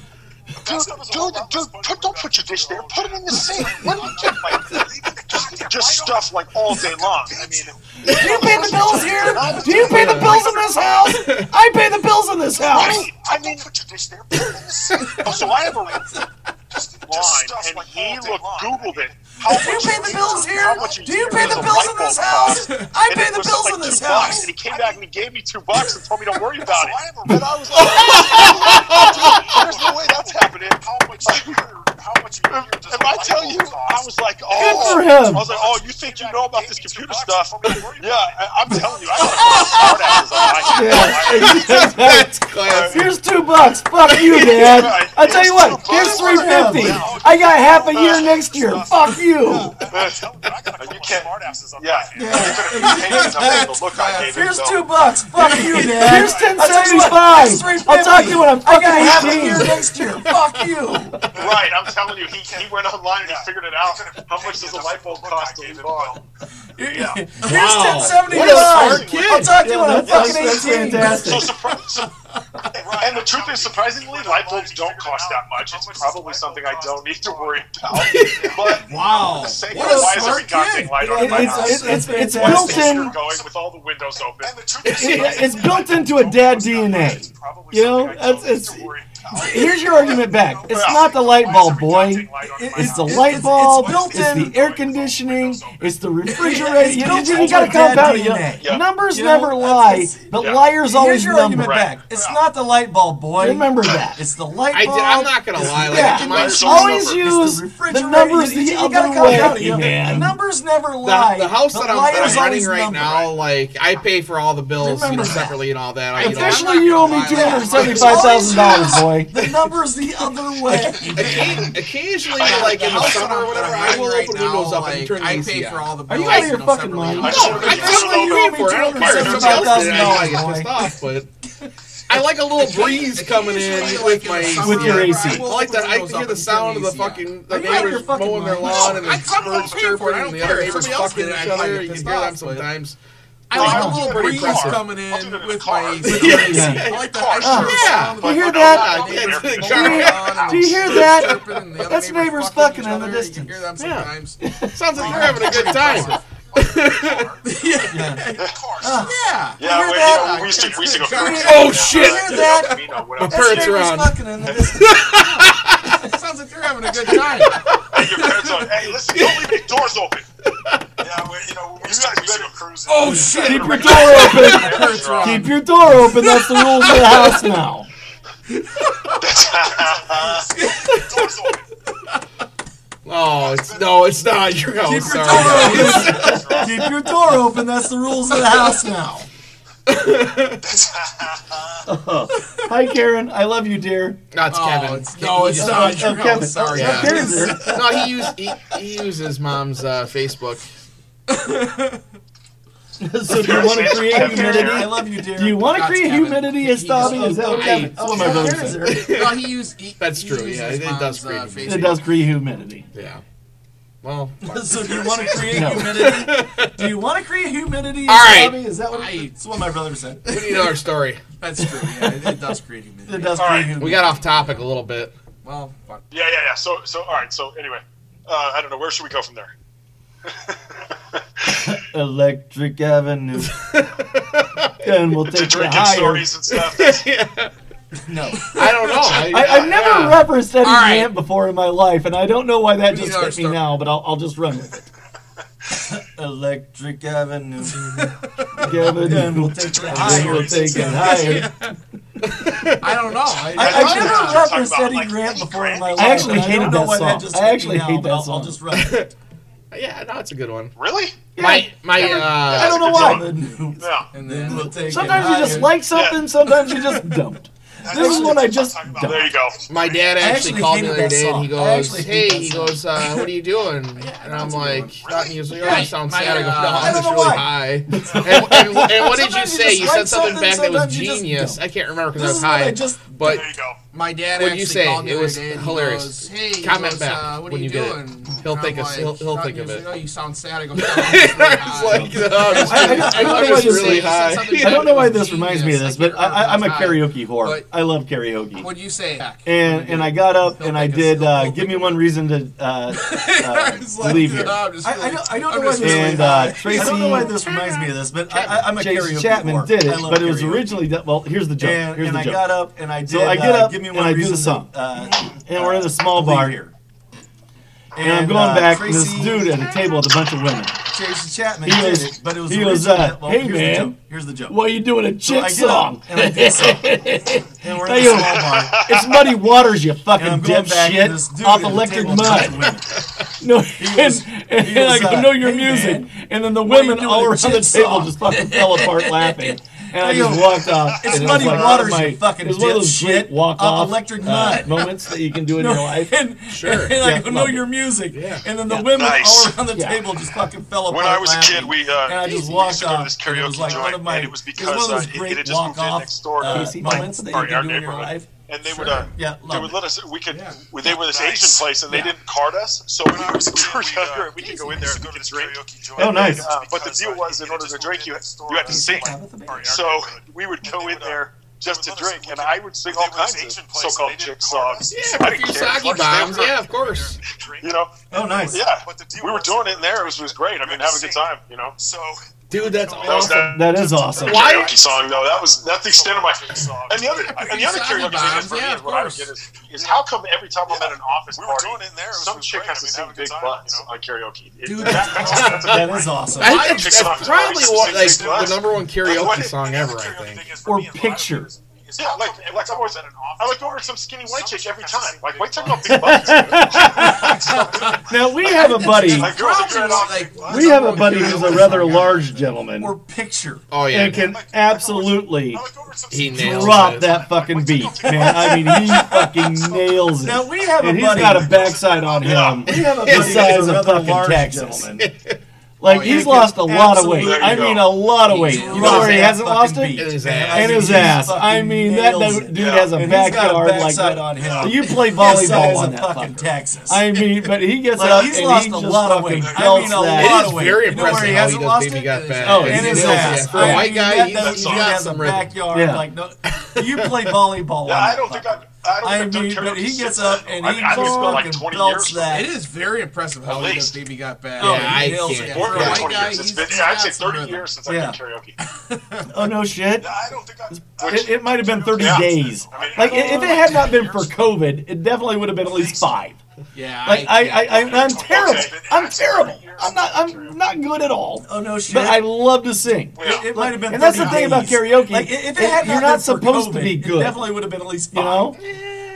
That stuff is a whole dude, lot dude, less fun put, when don't you put your got dish there. own. Put it in the sink. What are you doing, Mike? Just stuff like all day long. I mean, Do you pay the bills here? Do you pay the bills in this house? I pay the bills in this house. Right. I mean, put your dish there. Put it in the sink. oh, so I have a line, Just, just stuff and like he all day looked, long. Googled it. How Do you much pay it the is, bills here? how much it Do you is, pay and the a bills light in this bulb house? cost. I And pay it the was bills like in this two bucks, house. And he came back and he gave me two bucks and told me don't worry about it. I have a red. I was like, dude, There's no way that's happening. how much a year? How much a year does If I tell you, I was like, for oh, him. I was like, oh, you think you know about this computer stuff? Yeah, I, I'm telling you, I got a lot of smart asses on my That's classic. Here's two bucks. Fuck you, Dad. I tell you what. Here's three fifty. I got half a year next year. Fuck you. you can't. Smart asses on Yeah, you're gonna be hating on the look I gave him. Here's though. two bucks. Fuck you, Dad. Here's ten I'll tell you what, that's seventy-five. 350. I'll talk to you when I'm I gotta have fucking it here eighteen. next year. Fuck you. Right, I'm telling you, he, he went online and he figured it out. How much does a light bulb cost to rebuild? Here's ten seventy What a smart dollars. kid. I'll talk to you when I'm That's, fucking that's eighteen. fantastic. So surprise. And the truth is, surprisingly, light bulbs don't cost that much. It's probably something I don't need to worry about. But Wow. the sake of What a why is every smart goddamn kid. light on in my It's- house? it's- it's- it's That's built You're in. going with all the windows open. It, it's built into a dad DNA. You know, that's it's. Here's your argument back. It's not the light bulb, boy. It's the light it's bulb. built It's the in. air conditioning. It's the Yeah, refrigerator. it's You know, built you into got to your dad compound it. you know. DNA. Yeah. Numbers You know, never that's- lie, that's- but yeah. liars Here's always your number. argument back. It's not the light bulb, boy. Remember that. It's the light I did, bulb. I'm not gonna lie. Like, Yeah, my- let's It's always the use It's the, refrigerator. numbers You- the you gotta other count down, way, you know. man. Numbers never the, lie. the house that but I'm, that liars I'm running always right number. now, like I pay for all the bills, you know, Remember that. separately and all that. I, you know, Officially, you owe me two hundred seventy-five thousand dollars, boy. The number's the other way. occa- occasionally, like in the summer or whatever, I will Right open now, windows up and like, turn the I AC pay for out. all the Are bills. you out of your know, fucking separately. mind? No, Sure, I'm there's telling you, no owe me for. it. I don't care. If somebody else did, it, I might get pissed off, but I like a little breeze coming in Occasionally, like, with in my the AC. summer, With your I AC. will I like that. I open can hear windows the up sound of and the turn AC out. fucking the you out of your neighbors fucking mowing their mind? lawn and I the come home birds too, but chirping I and the don't other care. neighbors Somebody else fucking did it, each I might other. get You can pissed hear them off, but- sometimes. I like I'll a do little it in breeze the car. coming in I'll do it in the with car. my AC. Yeah. I like the Car, extra sure. sound of You the hear fucking that? loud Yeah, it's in the going car. on and Do you hear shit that? chirping and the other That's neighbors neighbors fucking each fucking in the other. You can distance. hear them Yeah. sometimes. Sounds like they're having a good time. Yeah. Yeah. Yeah, You hear we, that? you know, we used to, we used to go. Oh, crazy. shit. Yeah, You hear that? you know, My whatever. parents are Neighbors on. fucking in the distance. It sounds like they're having a good time. And your parents are, hey, listen, don't leave the doors open. Yeah, we, you know, we used to, we used to go cruising. Oh shit. Keep your door open. Parents are on. Keep your door open. That's the rules of the house now. Doors open. Oh, it's no, it's not your house. Keep your Sorry. door open. Keep your door open. That's the rules of the house now. Hi, Karen. I love you, dear. No, it's Oh, Kevin. it's, no, it's Yeah. not your Oh, Kevin. house. Sorry. Yeah. Karen's there. No, he, use, he, he uses mom's uh, Facebook. So do you want to create I humidity? love you, dear. Do you want to That's create Kevin. humidity as He's- Dobby? Is that what I- Kevin? That's what my brother Karen's said. there. No, he used. He, That's he true, uses yeah, his it- it mom's, does creep uh, me. Facebook. It does create humidity. Yeah. Well, fuck. So do you want to create No. humidity? Do you want to create humidity? All right. Bobby? Is that what? Right. That's what my brother said. we need another story. That's true. Yeah, it, it does create humidity. It does All create right. humidity. We got off topic a little bit. Well, fuck. Yeah, yeah, yeah. So, so all right. So anyway, uh, I don't know. Where should we go from there? Electric Avenue. and we'll To take you drinking higher. stories and stuff. No. I don't know. I, I, I've never yeah. referenced Eddie All right. Grant before in my life, and I don't know why that just Neither hit me start- now, but I'll, I'll just run with it. Electric Avenue. Gavin, and we'll take the higher. we'll take it higher. I don't know. I, I, That's I've what never you're talking referenced about, Eddie like, Grant Eddie before in Grant. my I life. actually and I hated don't know that why song. just I hit me actually now, hate but that I'll, I'll song. just run. it. Yeah, no, it's a good one. Really? My my uh, I don't know why. Avenue. Yeah. and then We'll take it Sometimes you just higher. like something, sometimes you just don't. This is one I just don't. There you go. my dad actually, actually called me the hated other that day and he song. I goes, actually "Hey," hate he that song. goes, uh, "What are you doing?" and I'm like, "Not music." Oh, that sounds My, sad. I go, uh, "No, I I'm don't just know really why." high." And, and, and what did you Sometimes you say? just You like said something something, back that was sometimes you just genius. don't. I can't remember because I This was is what I high. just- But There you go. my dad What'd actually you say? called me It the other was day and he hilarious. goes, hey, he Comment goes, back uh, what when are you, you get it. doing? He'll And think I'm it's- he'll- he'll "Not think of music." it. Oh, you sound sad. I go, "No, I'm just really high." it's like, no, I'm just I- I kidding. don't- I don't I'm know why just you say really high. something I don't know why It was this reminds me of genius. this, I but can't remember I, I, I'm a the time. karaoke whore. But- I love karaoke. What'd you say back? And and I got up and I think did it's- uh, he'll give me think one reason to uh, uh, I was like, leave here. "No, I'm just I, really- I don't, I don't I'm know why just this. really And, uh, I Tracy- don't know why this reminds me of this, but I, I, I'm a Chase karaoke Chapman whore. did I it, love but it was karaoke. originally done. Well, here's the joke. And, here's and the I joke. got up and I did. So I get uh, up give me and one I do reason the song. to, Uh, and we're in a small leave bar here. uh, And I'm going back, and this dude at a table with a bunch of women. Jason Chapman, He did was- it, but it was he originally was, uh, that- well, "Hey, here's man." The joke. Here's the joke. What are you doing a So I chick get song? up and I did so. and we're in a Hey, you- small bar. It's Muddy Waters, you fucking And I'm going back and this dipshit. dude Off at the Electric table with a bunch of Mud. women. No, was- and, and he was, I go, uh, know your "Hey, music. man, and then the women doing all a around the table chick song? just fucking fell apart laughing. And I I just go, walked off. "It's and it was Muddy like one of Waters, my- you fucking It was one of those dipshit. great walk-off Off Electric uh, Mud. moments that you can do in your life. and, Sure. and I Yeah, go, no, love it. your music. And then the Yeah. women Nice. all around the Yeah. table just fucking fell apart. When I was a laughing. kid, we uh, and I we used just to walked go to off. this and it karaoke was like one joint, of my, and it was it was because one uh, of those it, it great had just walk moved in off next door. to uh, Casey moments Moments. that you Sorry, our can do in your neighborhood. life. and they would uh, Yeah, they love would it. let us. We could. we- They were this Asian place, and they didn't card us. So when I was uh, younger, we could go in there and go to the drink. Oh, nice. Uh, but the deal was, in order to drink, you you had to sing. So we would go in there just to drink, and I would sing all kinds of so-called chick songs. Yeah, I a few didn't care. sake bombs. Yeah, of course. You know, Oh, nice. yeah. We were doing it in there. It was, it was great. I mean, having a good time. You know. So Dude, that's That was awesome. that. That is awesome. Why- karaoke song though. That was that's the extent of my. And the other and the other Samba karaoke thing bombs, is for yeah, me of is what I don't course. get is, is how come every time I'm at an office we were party, doing it in there. It was- it some was chick great. has to I mean, sing having a big good time, butts you know? on karaoke. It- Dude, that- that's a big That one. is awesome. I think Fix that's, it up. that's probably one, like the number one And what- karaoke song ever. I karaoke think. thing is for Or me and Ryan picture. is- is Yeah, how like come like I'm always at an I office look over at some skinny white Some chick chick every has to time. sing Like big white chick got big butts. Now, we have a buddy. Like girls are good at all. Like, We have a buddy who's a rather large gentleman Or picture. Oh yeah, and can absolutely I look over at some he nails drop it. that fucking beat, man. I mean, he fucking nails it. Now, we have and a he's buddy- got a backside on him. We have a buddy The who's size a of rather fucking large Texas. gentleman. Like Oh, yeah. he's lost a lot of weight. Absolutely. There I you go. mean, a lot of weight. You know where he Fucking hasn't lost beat. it? And his And ass. In his he ass. fucking I mean, that nails dude it. has a And he's got a backyard like that. backside on him. You play His size volleyball on of that fucking fucker. Texas. I mean, but he gets Like, up he's and lost he a just lot of fucking weight. I belts mean, a that. lot It is of weight. very You know where impressive how he he hasn't does lost baby it? got back. Oh, He in and his nails it. ass. For a I white mean, guy, that, he, that has dude got has a some rhythm. backyard. Yeah. Like, no, you play volleyball. Yeah, on I that don't think fucker. I. I don't I think I've done mean, but karaoke he shit. gets up and I he mean, I haven't been, like, fucking 20 belts years. that. It is very impressive how At he does least. baby got back. Oh, Yeah, I he nails can't. it. Or More For a than Right. white 20 guy, years. It's he's been just I'd say got some 30 rhythm. years since I've Yeah. done karaoke. Oh no shit. I don't think I. It, it might have been 30 Yeah. days. I mean, Like i- if it had not been for COVID, it definitely would have been at least five. Yeah, Like I, I, I I'm terrible. Okay. I'm terrible. I'm not. I'm not good at all. Oh no shit! But I love to sing. it, it might have been. And that's the 30 thing about days. karaoke. Like, i- if it had you're been not for supposed to COVID, be It good. definitely would have been at least you five. know?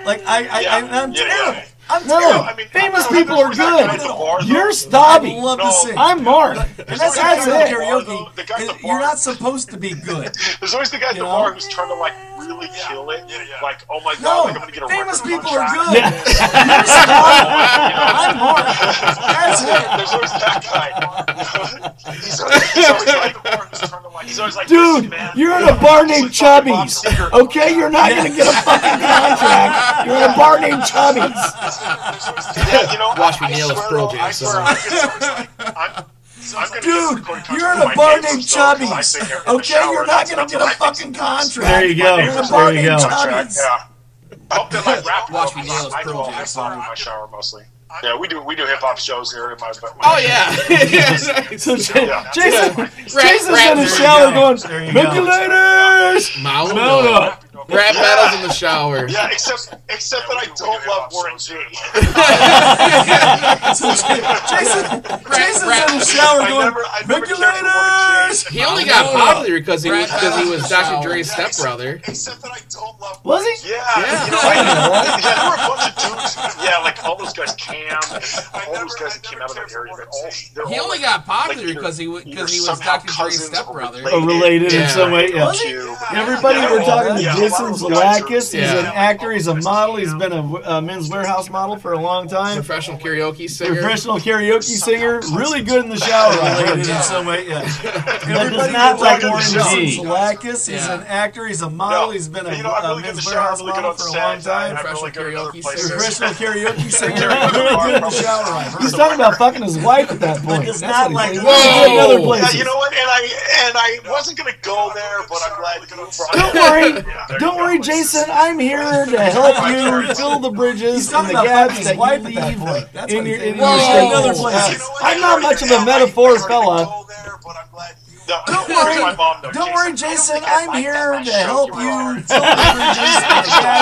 Like I, I, Yeah. I I'm Yeah, yeah, terrible. yeah. I'm No, terrible. I mean, famous I mean, people are we're not going to the bar, good. though. You're I snobby. love to No. sing. I'm Mark. and That's, that's, There's that's no it. karaoke at the bar, though. Karaoke. The guy at the You're bar- not supposed to be good. There's always the guy at the You know? bar who's trying to like really kill it. Like, oh my god, No, like, I'm gonna get a famous record people are contract. good. You're snobby. I'm Mark. That's it. There's always that guy. he's, always, he's always like, he's always like, Dude, "Listen, man, you're in a bar named Listen, fucking Bob Chubby's. Seger." Okay, you're not gonna get a fucking contract. You're in a bar named Chubby's. Yeah, you know, Watch I, me nail I a swear, Pearl though, Jam I swear, song. I'm just always like, I'm, I'm gonna get a Dude, recording you're contract with in a my bar neighbors, named though, 'cause I Chubby's. sing every- in the Okay, shower, you're not that's gonna what I get a think fucking is- contract. There you go. You're in a There bar you go. named Contract, Chubby's. yeah. I hope that like rap Watch Watch me me nail this I do Pearl all Jam I song song. in my shower mostly. Yeah, we do we do hip hop shows here in my. my Oh yeah. Yeah, So Jason, Yeah. Jason, Rat- Jason's rat, in there the you shower go. going, There you go. regulators. Mount Mount up. up. Rap battles in the shower. Yeah, except except that I don't love Warren G. Jason, Jason's rap. in the shower I going, never- I never cared for Warren G. regulators! He only got popular because he was because he was Rap Dr. Dre's battles in the stepbrother. Except that I don't love. Was he? Yeah, you know, I, yeah, there were a bunch of dudes. Yeah, like all those guys, Cam, all those guys that came out of that area. They're all, they're He all only like, got popular either- because he was either because he was somehow Dr. Dre's cousins or stepbrother. Oh, related in Yeah. some way. Yeah. you. Everybody, Yeah, we're all talking to that. Yeah, Jason a lot of Zalakis. He's those guys are- an Yeah. actor. He's a model. He's been a, a uh, men's warehouse model for a long time. Professional karaoke singer. Professional karaoke singer. Really good in the shower. I heard. Related in some way, yeah. That does Everybody not knows like Jason Warren G. Zalakis, he's Yeah. an actor, he's a model, he's been a, you know, I'm a really good in the men's shower. I'm warehouse really good model on for a long stage. I'm time. really good in other Professional karaoke places. Professional karaoke singer, Yeah. really good in the shower. I've heard. He's talking about fucking his wife at that point. does That's not what he's like- saying. Whoa! He's in other Yeah, places. you know what? And I and I wasn't gonna go there, but I'm glad you Don't brought worry, Yeah, there don't you go. worry, Jason. I'm here to help you fill the bridges He's and talking the about fucking gaps his that wife you at that point. leave That's in what your he in thinks. your Whoa. state. Another Yeah. place. I'm not much of a metaphor fella. Don't worry. My mom, though, Don't worry, I don't Jason. think I I'm like that here much. to Show help you you are. fill the bridges and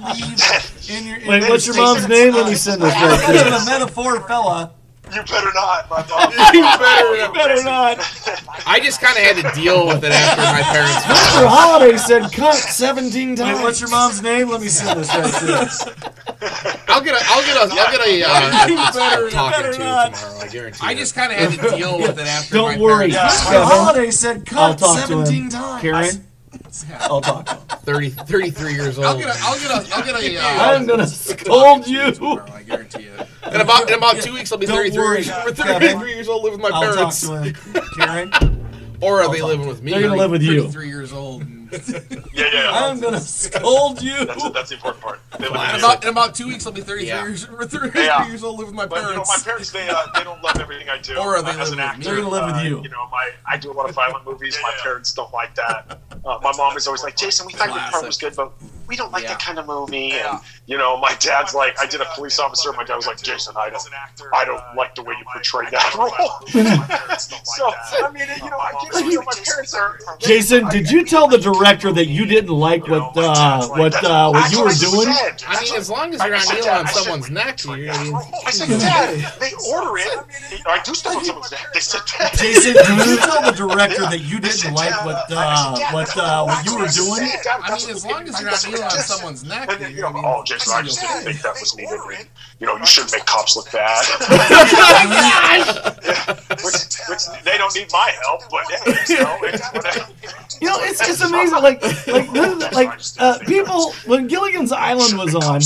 the gaps that you leave in your. in Uh, Wait, your what's your state. mom's name? Let me send this I'm right kind there. of a metaphor fella. You better not, my mom. You better know. Better not. I just kind of had to deal with it after my parents. Mr. Holiday said cunt 17 times. Wait, what's your mom's name? Let me send this right there. I'll get a I'll get a I'll get a, uh, better- a talking better to not. tomorrow. I guarantee. I it. just kind of had to deal with it after. Don't my worry, parents- Mr. Kevin. Holiday said I'll cut talk to 17 him. times. Karen, I'll talk to him. 30, 33 years I'll old. get a. I'll get a. I'll get a. Uh, I'm gonna scold you. tomorrow, I guarantee you. In about in about two weeks, I'll be Don't thirty worry, three. Thirty Kevin. three years old, living with my I'll talk parents, to him. Karen, or are they living with me? They're gonna live with you. Thirty-three years old. And Yeah, yeah. I'm going to scold you. That's, that's the important part. They live in in New about York. in about two weeks, I'll be thirty-three Yeah. years. Or thirty-three Yeah. years old, living with my But you know, my parents. parents they uh, they don't love everything I do. Or they Uh, live as an with actor, me. They're gonna live with uh, you. You know, my I do a lot of violent movies. my parents don't like that. Uh, my mom is always like, Jason, we thought your part was good, but we don't like Yeah. that kind of movie. Yeah. And you know, my dad's like, I did a police officer. and My dad was like, Jason, I don't, I don't like the way you portray that role. so I mean, you know, I get it. My parents are. Jason, did you tell the director that you didn't like what uh, what uh, what you were doing? I mean, as long as you're not kneeling on someone's neck, you're I mean, I said, Dad, they order it. I do stuff on someone's neck. They said, Dad. Jason, did you tell the director that you I said, didn't like "Dad, uh, I said, what uh, "Dad, what that's uh, not what you were I said, doing? Dad, I that's mean, what as they long did. as I you're not said, kneeling on "Yes." someone's neck, And then, you you're know, gonna be- oh, Jason, I just didn't think that was needed. And, You know, you shouldn't make cops look bad. which, which they don't need my help, but hey, you know, it's whatever. You know, it's, it's amazing. Like like this, like uh, people when Gilligan's Island was on,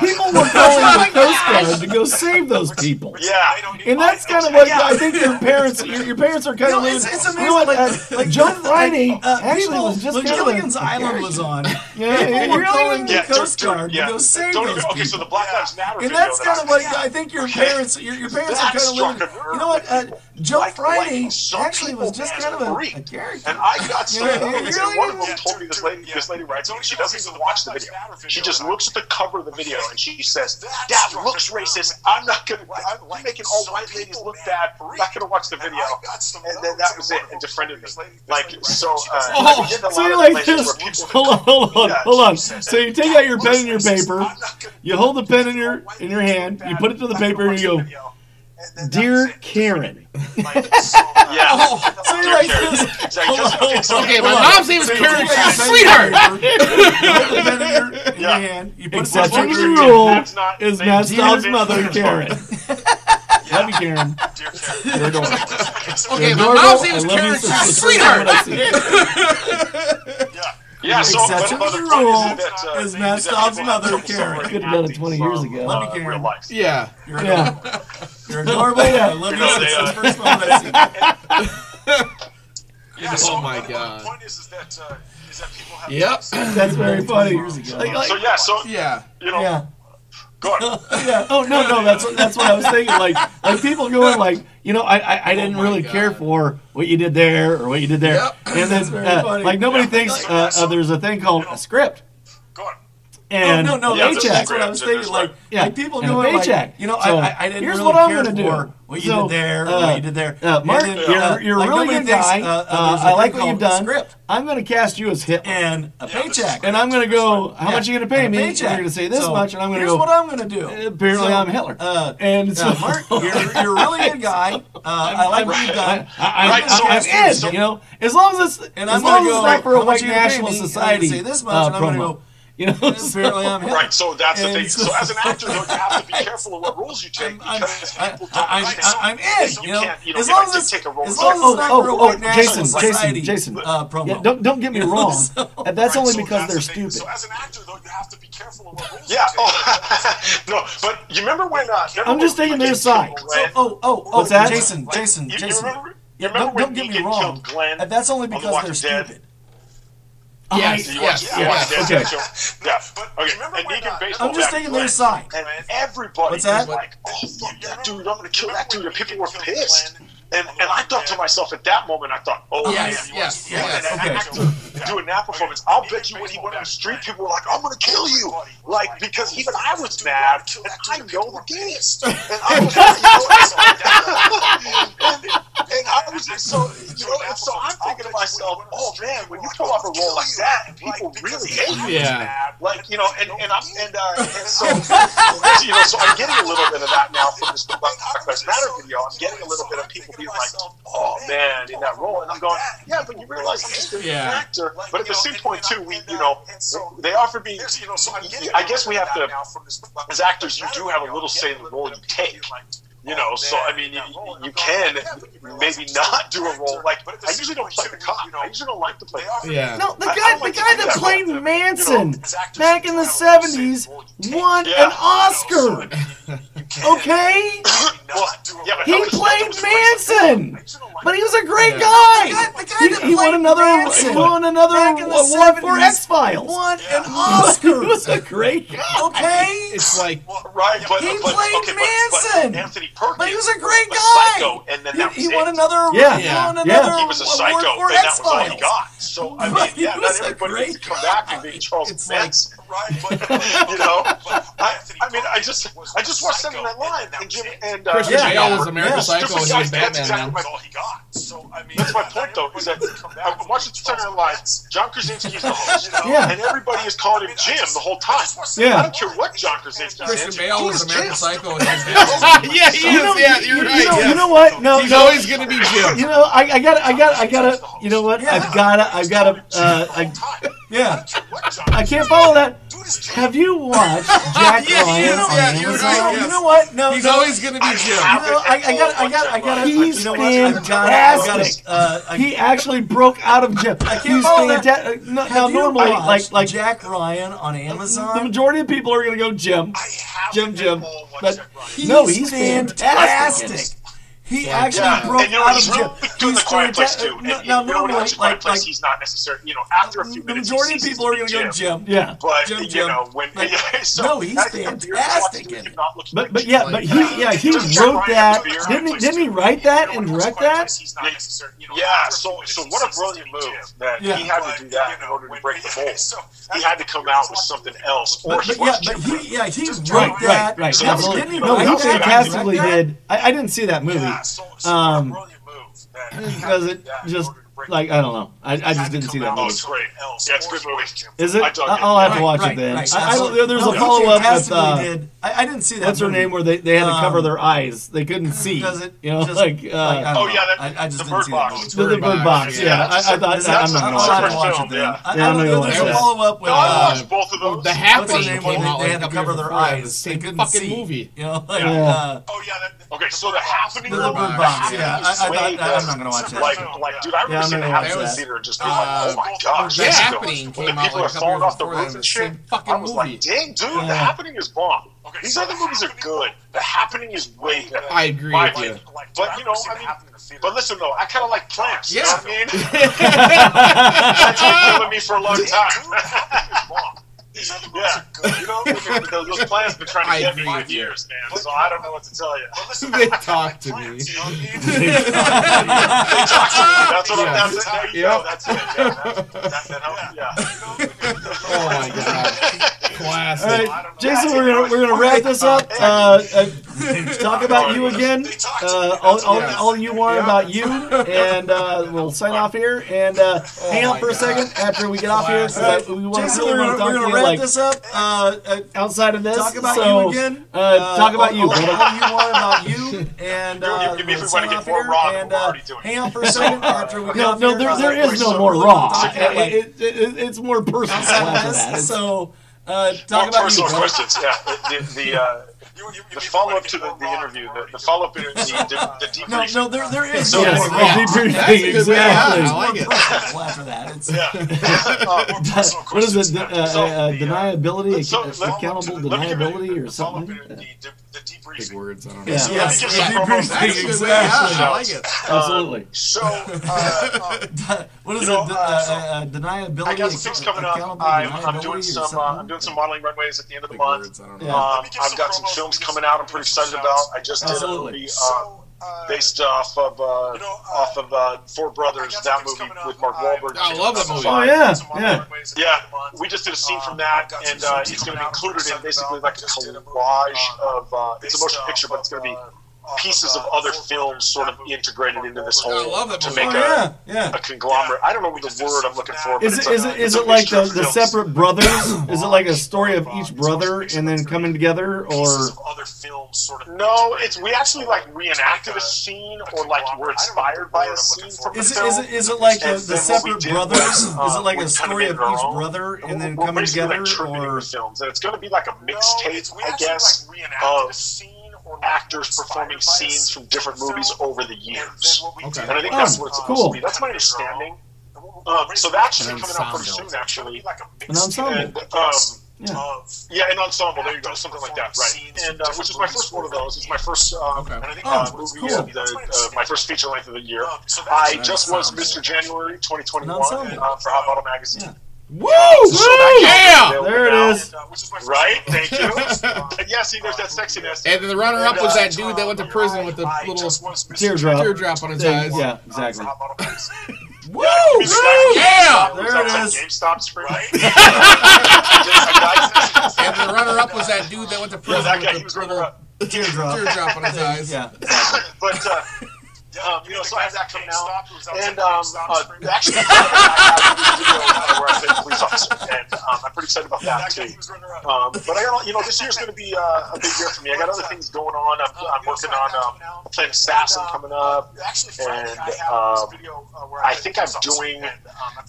people were calling the Coast Guard to go save those people. Yeah, they don't need And my that's kind of help. what I think your parents your, your parents are kind No, of it's- losing. it's You know what? Uh, like Joe Friday Uh, actually people, was just when kind of Gilligan's Island was on, Yeah, people were really? calling the Yeah, Coast don't- Guard to yeah. go save Don't those even, okay, so the people. Black Lives Matter. And video that's that kind I- of what I think your parents, your, your parents are kind That's of living. struck a You know what? Uh, Joe Like Friday liking some actually was people just as kind of a a, freak. a character. And I got some Yeah, of yeah, those, really? and one of them told me this lady, this lady writes, she doesn't even watch the video. She just looks at the cover of the video and she says, "That looks racist. I'm not gonna. I'm making all white ladies look bad. I'm not gonna watch the video." And then that was it, and defriended me. Like so. Uh, Oh, I get a lot so of you're like places this. where people Hold on, hold on, Yeah, hold on. she says So that. you take out your pen and your paper. You hold the pen in your in your hand. You put it to the paper and you go, "Dear Oh, Karen." uh, Yeah. So you're like this. okay, my mom's name is Karen. She's a sweetheart. in your Yeah. hand. You put it Exception in to your the hand. rule That's not- is they- Matt they- Staub's they- mother, Karen. Love you, Karen. Okay, my Adorable. mom's name is I love you Karen. since She's a the first time sweetheart. I see you. Yeah, so Exception to the rule uh, is Matt Staub's mother, Karen. Could have done it 20 years ago. Let me, Karen. Real life. Yeah, Yeah. You're adorable. I love you know, since they, the uh, first moment I see you. Yeah, Oh my but the God. point is, is that, uh, is that people have yep. That's very funny. Years ago. Like, like- So yeah, so Yeah. you know, Yeah. go on. oh no, no, that's that's what I was thinking. Like, like people going like, you know, I Oh I, I didn't my really God. care for what you did there or what you did there, Yep. and then very uh, funny. like nobody thinks uh, uh, there's a thing called a script. Go on. and Oh, no, no, Yeah, no. paycheck. this is That's great. what I was thinking. Just Like, right. Yeah. like people And a do it. Like, paycheck. you know, So, I, I, I didn't here's really what I'm care gonna do. for what you So, did there, uh, what you did there. Uh, And Mark, then, you're, uh, you're a like, really nobody good thinks, guy. uh, Uh, uh, there's a I thing like what you've called done. Script I'm going to cast you as Hitler. and a Yeah, this is- paycheck. and I'm going to go, how Yeah, much are you going to pay and a me? And paycheck. You're going to say this So, much, and I'm going to Here's go, what I'm gonna do. apparently So, I'm Hitler. Uh, and so, uh, Mark, you're, you're a really good guy. Uh, I like what you've I, done. I, Right, I, so I'm it's- in, so- you know, as long as it's, And as I'm long as gonna it's go, not for how a much white you gonna pay national me? And I'm society. uh, gonna say this much, and I'm gonna promo. go, you know, Apparently I'm Hitler. Right, so that's the And thing. so- So, as an actor, though, you have to be careful of what rules you take I'm, because I- people don't I- like it. So I'm, I'm in. You, You know, can't, you know, as you long like as to it's take a role. as long as it's not oh, for a oh, white Jason, national Jason, society, Jason. uh, promo. Yeah, don't don't get me wrong. And that's Right, only so because that's they're the thing. stupid. So as an actor, though, you have to be careful of what rules. Yeah, You take. no, but you remember when? Uh, remember I'm just when taking their Negan side. killed So, Glenn? oh, oh, oh, What's that? Jason, Jason, you, you Jason. remember? You Yeah, remember don't, when don't get Negan me wrong. killed Glenn? and that's only on The because they're Walking Dead? stupid. Yes, You yes, watch- yes. you watch Dead okay. Show. Yeah, but okay. And Negan baseball uh, I'm just bat taking their Glenn. side. And everybody What's that? was like, oh, fuck that dude, I'm going to kill that dude. And people were pissed. And, and I thought to myself at that moment, I thought, oh, Yes, man, yes, you want yes, an okay. actor doing that performance. I'll bet you when he went on the street, people were like, I'm going to kill you. Like, because "Oh, even I was mad, and I know the this. And I was and, and I was just so, you know, and so I'm thinking to myself, oh, man, when you pull off a role like that, and people really hate you Yeah. like you know, and, and I'm and, uh, and so you know, so I'm getting a little bit of that now from this Black Lives Matter video. I'm getting a little bit of people being like, "Oh man," in that role, and I'm going, "Yeah, but you realize I'm just an Yeah. actor." But at the same point too, we you know, they offer me. You know, so I'm getting. I guess we have to, as actors, you do have a little say in the role you take. You know, so I mean, you, you can maybe not do a role like. I usually don't play the cop. I usually don't like to play. the cop. Yeah. No, the I- guy, I like the to guy do that that played role, you know, Manson as actors, back in you the have a role to '70s say in the role you take. won Yeah. an Oscar. Okay, Well, yeah, but he Elvis Presley played was a great- Manson, but he was a great Yeah. guy. The guy He, that he won played another Manson he won another back in the award for 70s X Files. won an He Oscar. was a great guy. Okay, It's like Well, right, but, He but, played okay, but- but Manson. Anthony Perkins, but he was a great was guy. Psycho, and then that he, he was won it. another. Yeah. he Yeah. won Yeah. another He was a award psycho, for and that was all he X-Files. got. So I But mean, he yeah, not was a everybody great wants to come back and be Charles It's like- Manson, right? But you know, I, I mean, I just I just watched Saturday Night Live, and Jim and uh, Christian Yeah. Bale was American Yeah. Psycho and he was that's Batman exactly now. my, all he got. So I mean, that's my point though. Is that I'm watching Saturday Night Live. John Krasinski is the host, Yeah. and everybody is calling him Jim the whole time. Yeah. I don't care what John Krasinski Christian is. Bale Who was is American Jim? Psycho. and he's Batman. yeah, he is. yeah, you're you, right. you know, yes. you know what? No, He's no, always gonna be Jim. You know, I, I gotta, I gotta, I gotta. You know what? I've gotta, I've gotta. Uh, I, Yeah, I can't follow that. Have you watched Jack Yeah, Ryan yeah, on yeah, Amazon? you're No, right, you yes. know what? No, He's no, always gonna be Jim. You know, I, I got, I got, I got. He's you know what? I've got- I've got fantastic. a- uh, I- He actually broke out of jail. He's follow that. fantastic. No, now, Have you normally, watched like, like Jack Ryan on the Amazon. majority of people are gonna go Jim, Jim, Jim. But He's no, he's fantastic. fantastic. He actually broke and you know, out he's of jail. really doing the quiet place too. And, uh, No, you no, know, no, when he like, watches Quiet like, place, like, he's not necessarily, you know, after a few the minutes. he majority of ceases people are to going be to go Jim. Yeah, But Jim, you Jim. know, when Like, so, no, he's I think I'm beer fantastic watching in him it. not looking but like but Jim. yeah, but he, yeah, he wrote that. Didn't he? Didn't he write that and direct that? Yeah, yeah, so so what a brilliant move that Yeah. he had to do that in order to break the mold. He had to come out with something else, or But, he but yeah, was but Jim. he, yeah, he wrote Right, right, that. right. Didn't- Absolutely. didn't he No, write he that? Didn't he fantastically write that? did. I, I didn't see that movie. Um, because it just like I don't know. I, I just didn't see that Oh, movie. it's great. Yeah, it's a good movie. Is it? I I dug I'll it. have to Right, watch right, it then. right. I, I, there, there's No, a he follow up with fantastically uh, did. I, I didn't see that. what's her movie. name where they, they had to cover Um, their eyes. They couldn't see. Does it? You know, just- like I uh, don't Oh, know. yeah, that- I, I just the didn't Bird see Box. that movie. the, the bird box. Yeah, Yeah, I, I thought That's I, that's am not a- gonna I'll try to watch it. watch film, it then. yeah. Yeah, I'm I, I, not gonna there's watch a that. follow up with. No, I Uh, watched both of those. The half What's her one name? came They, out they like had to couple years cover their before that, eyes. the They same couldn't fucking see. movie. You know, like, Yeah. uh, Oh yeah, that, okay. So the happening. The one- Bird The Box, Happening yeah. is I- I- way I- I'm better. not gonna watch that. Like, like, dude, I remember Yeah, I'm seeing the not gonna watch happening in the that. theater and just being Uh, like, oh my gosh, The yeah. Happening When came the out people like a are couple falling years off the before that. roof It and was the shit. same fucking I was movie. like, dang, dude, the happening is bomb. These other movies are good. The happening is way better. I agree My with you. opinion. But you know, I mean, but listen though, I kind of like plants. You know Yeah. what I mean, that's been killing me for a long time. Yeah, you know, those, those plans been trying I to get me agree for with you. years, man. So I don't know what to tell you. They talk to me. You know what I mean? That's what Yeah. I'm. That's, there you Yep. go. That's it. Yeah, that, that, that helps. Yeah. Oh my god. All Classic. right, Jason, we're gonna we're gonna wrap this up. Uh, uh, talk about you again. Uh, all, all, all you want about you, and uh, we'll sign off here and uh, hang out for a second after we get off here. 'cause I- we want Jason, to really we're, want to gonna- talk we're to gonna you wrap like this up. Uh, uh, outside of this. talk about so, you again. Uh, talk about you. uh, All, all, brother. all you want about you, and You're- uh, you're giving we'll everybody sign off more here, raw than and we're uh, already doing. hang out for a second after we get No, off no, here. there, Uh, there is no we're more really raw. gonna talk about, like, It- it- it- it's more personal after outside that. of this, It's- So uh, More talk about you. personal brother. questions. Yeah, the the, uh, the follow up to the, the interview, the, the follow up interview, the, the debrief. No, no, there, there is So no Yes, more Yeah. raw. I'll be brief. That's a good exactly. way out. I like it. Personal after that, it's Yeah. Uh, more personal What is questions. it? Uh, uh, uh, the, uh, deniability, so ac- let- accountable uh, let me give you deniability, the or follow-up something. interview, The, the, the debriefing. Big words. I don't know. Yeah, yes, Yeah, it's yeah. debriefing, That's a good way exactly. out. I like it. absolutely. So, uh, um, What is You know, it? uh, Uh, uh, I deniability. got some things coming up. accountability, I'm, I'm doing deniability, or some. Uh, something? I'm doing some modeling runways at the end of the Big month. words. I don't Yeah. know. Um, give I've some got some promos, films please. coming out. I'm pretty excited about. I just did a Absolutely. movie uh, based off of uh, know, uh, off of uh, Four I Brothers. got some That things movie coming with up. Mark I- Wahlberg. I love that movie. Oh yeah, yeah. uh, Yeah, we just did a scene Um, from that, and uh, it's going to be included in basically like a collage of. Uh, it's a motion picture, but it's uh, going to be pieces of other films sort of integrated into this I whole love that to movie. make Oh, a, yeah, yeah. a conglomerate. I don't know what the word I'm looking for. But Is it's it a- is it it's is a it like mixture the, of the films. separate brothers? Is it like a story of each brother and then coming together, or pieces of other films sort of. No, it's we actually like reenacted a scene or like we're inspired by a scene from the uh, Is it, film. is it is it like the, And the then what we separate did brothers? was, uh, is it like we a kinda story made of it our each own. brother and then We're coming basically, together, like, tributing or the films, and it's going to be like a it's, mixtape, we I actually, guess, like reenacted of a scene or like actors we're performing inspired by a scenes scene from different the movies film, over the And then years. what we Okay. did And I think Oh, that's what it's supposed cool. to be. That's my understanding. Um, so that should be coming out pretty soon, actually. like a an And ensemble? um, Yeah. of yeah, an ensemble. There you go, something like that, right? And uh, which is my first one of those. It's my first um, Okay. and I think, Oh, uh, that's movie cool. of the, uh, my first feature length of the year. so I an just was ensemble. Mr. January 2021 An ensemble. uh, for Hot Bottle Magazine. Woo! that- Yeah! there it is? uh, Right? Thank you. yeah, see, there's that sexiness. And then the runner up was that dude that went to prison with the little Teardrop. teardrop on his eyes. Yeah, exactly. Woo! Yeah! There it is. GameStop's free. And the runner-up was that dude that went to Yeah, prison that guy, with he was the running little up. teardrop? teardrop on his eyes. yeah. But, uh, um, you know, so I have that coming out. And, um, uh, uh, actually, I have a video, uh, where I play a police officer. And um, I'm pretty excited about that, too. Um, but I got, a- you know, this year's going to be uh, a big year for me. I got other things going on. I'm, I'm working on um, playing Assassin coming up. Actually, Friday, Friday, I I have this have this video where uh, I think I'm doing.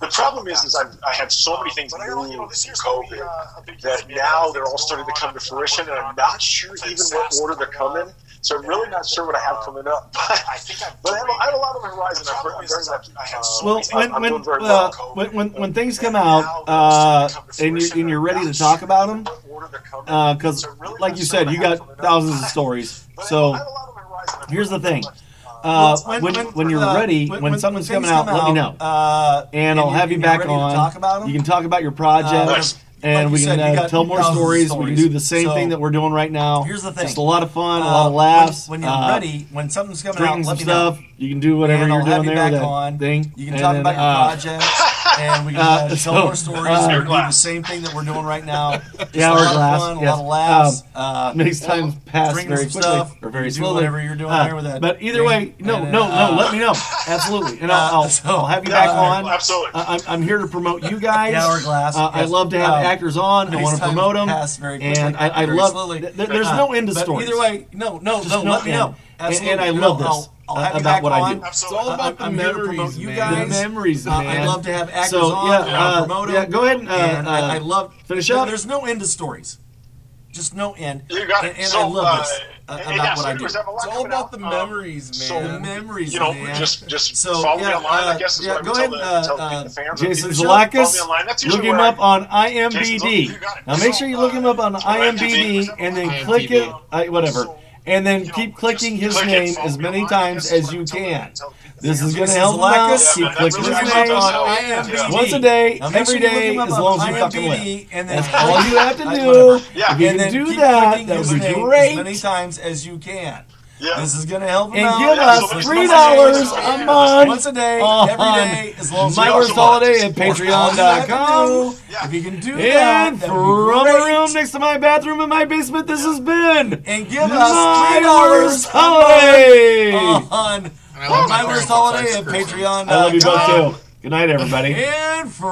The problem is, is I've, I had so many things moved in COVID that now they're all starting to come to fruition, and I'm not sure even what order they're coming. So I'm really not sure what I have coming up. But I think I'm. but I have, I have a lot on the horizon. I'm, I'm very lucky. Uh, Well, when I'm when, doing very uh, well. when when when things come out uh, and you're and you're ready to talk about them, What order they're coming. because like you said, you got thousands of stories. So here's the thing. Uh, when, when you're uh, ready, when, something's things coming out, come let me know, Uh, and I'll you- have you and you're back ready to on. talk about 'em? Uh, You can talk about your projects, Nice. and Like we you can said, you uh, got tell more 2,000 stories. We can stories. do the same So, thing that we're doing right now. here's the thing. just a lot of fun, a uh, lot of laughs. When, when you're uh, ready, when something's coming out, drinking let some me stuff. know. You can do whatever and you're I'll doing have you there. back that on. thing. You can And talk then, about your uh, projects, and we can uh, uh, tell so, more stories. uh, and do the Hourglass. same thing that we're doing right now. Just Yeah, a lot of hourglass, fun, a yes. lot of laughs. Um, uh, makes time pass drinking very quickly some stuff, or very you do slowly. Uh, whatever you're doing there with that But either thing, way, no, and then, no, uh, no. Let me know absolutely, and uh, I'll, I'll, so- I'll have you back on. Absolutely. I- I'm, I'm here to promote you guys. The hourglass, Uh, I yes. love to have Um, actors on. I these want to times promote them. pass very quickly. and I, I Very love. slowly. th- th- there's no end to Uh, but stories. Either way, no, no, Just no. no Let me end. know. And- and Absolutely. I No, love this, I'll, I'll uh, have you about back what I on. do. It's all about the I'm here to promote memories, you man. the guys. memories, Uh, man. I love to have actors so, on. Yeah, I'll uh, promote 'em. yeah, go ahead and, uh, And I, uh, I love. finish there- up? There's no end to stories. Just no end. You got it. And, and so, I love this uh, uh, and- about and yeah, what so I do. there's a lot It's all coming about the out. Um, memories, so The man. memories, you know, man. just just So, follow me yeah, online. uh, I guess is yeah, what I go would tell ahead, the, uh, tell the uh, fans. Jason If you follow me Zalakis, online, that's usually look him where I- up on Jason's on- IMDb. you got it. Now make sure you look him up on IMDb, IMDb and then IMDb. click it, uh, whatever, and then know, keep just clicking his click it, name follow as me many online. times That's as what you I'm telling can. tell people. This is This going to is help him out. Zalakis. Keep Yeah, that clicking really his helps name us out. on Yeah. IMDb once a day, Now, make every sure you day, look him as up long on as you fucking IMDb, live. and then That's all you have to I- do. whatever. If Yeah. you and can then do keep that, clicking that his would be name as great. many times as you can. Yeah. This is going to help him and out. give yeah, so us there's three nothing dollars to a say. month. Once a day, on every day, as long as My you worst Worst holiday at All you have to Patreon.com. do, If you can do that, And that from would be a great. room next to my bathroom in my basement, this has been and give us my three worst dollars holiday. on I love my my worst Oh parents. holiday at Christmas. Patreon. Uh, I love you both too. Good night, everybody. And for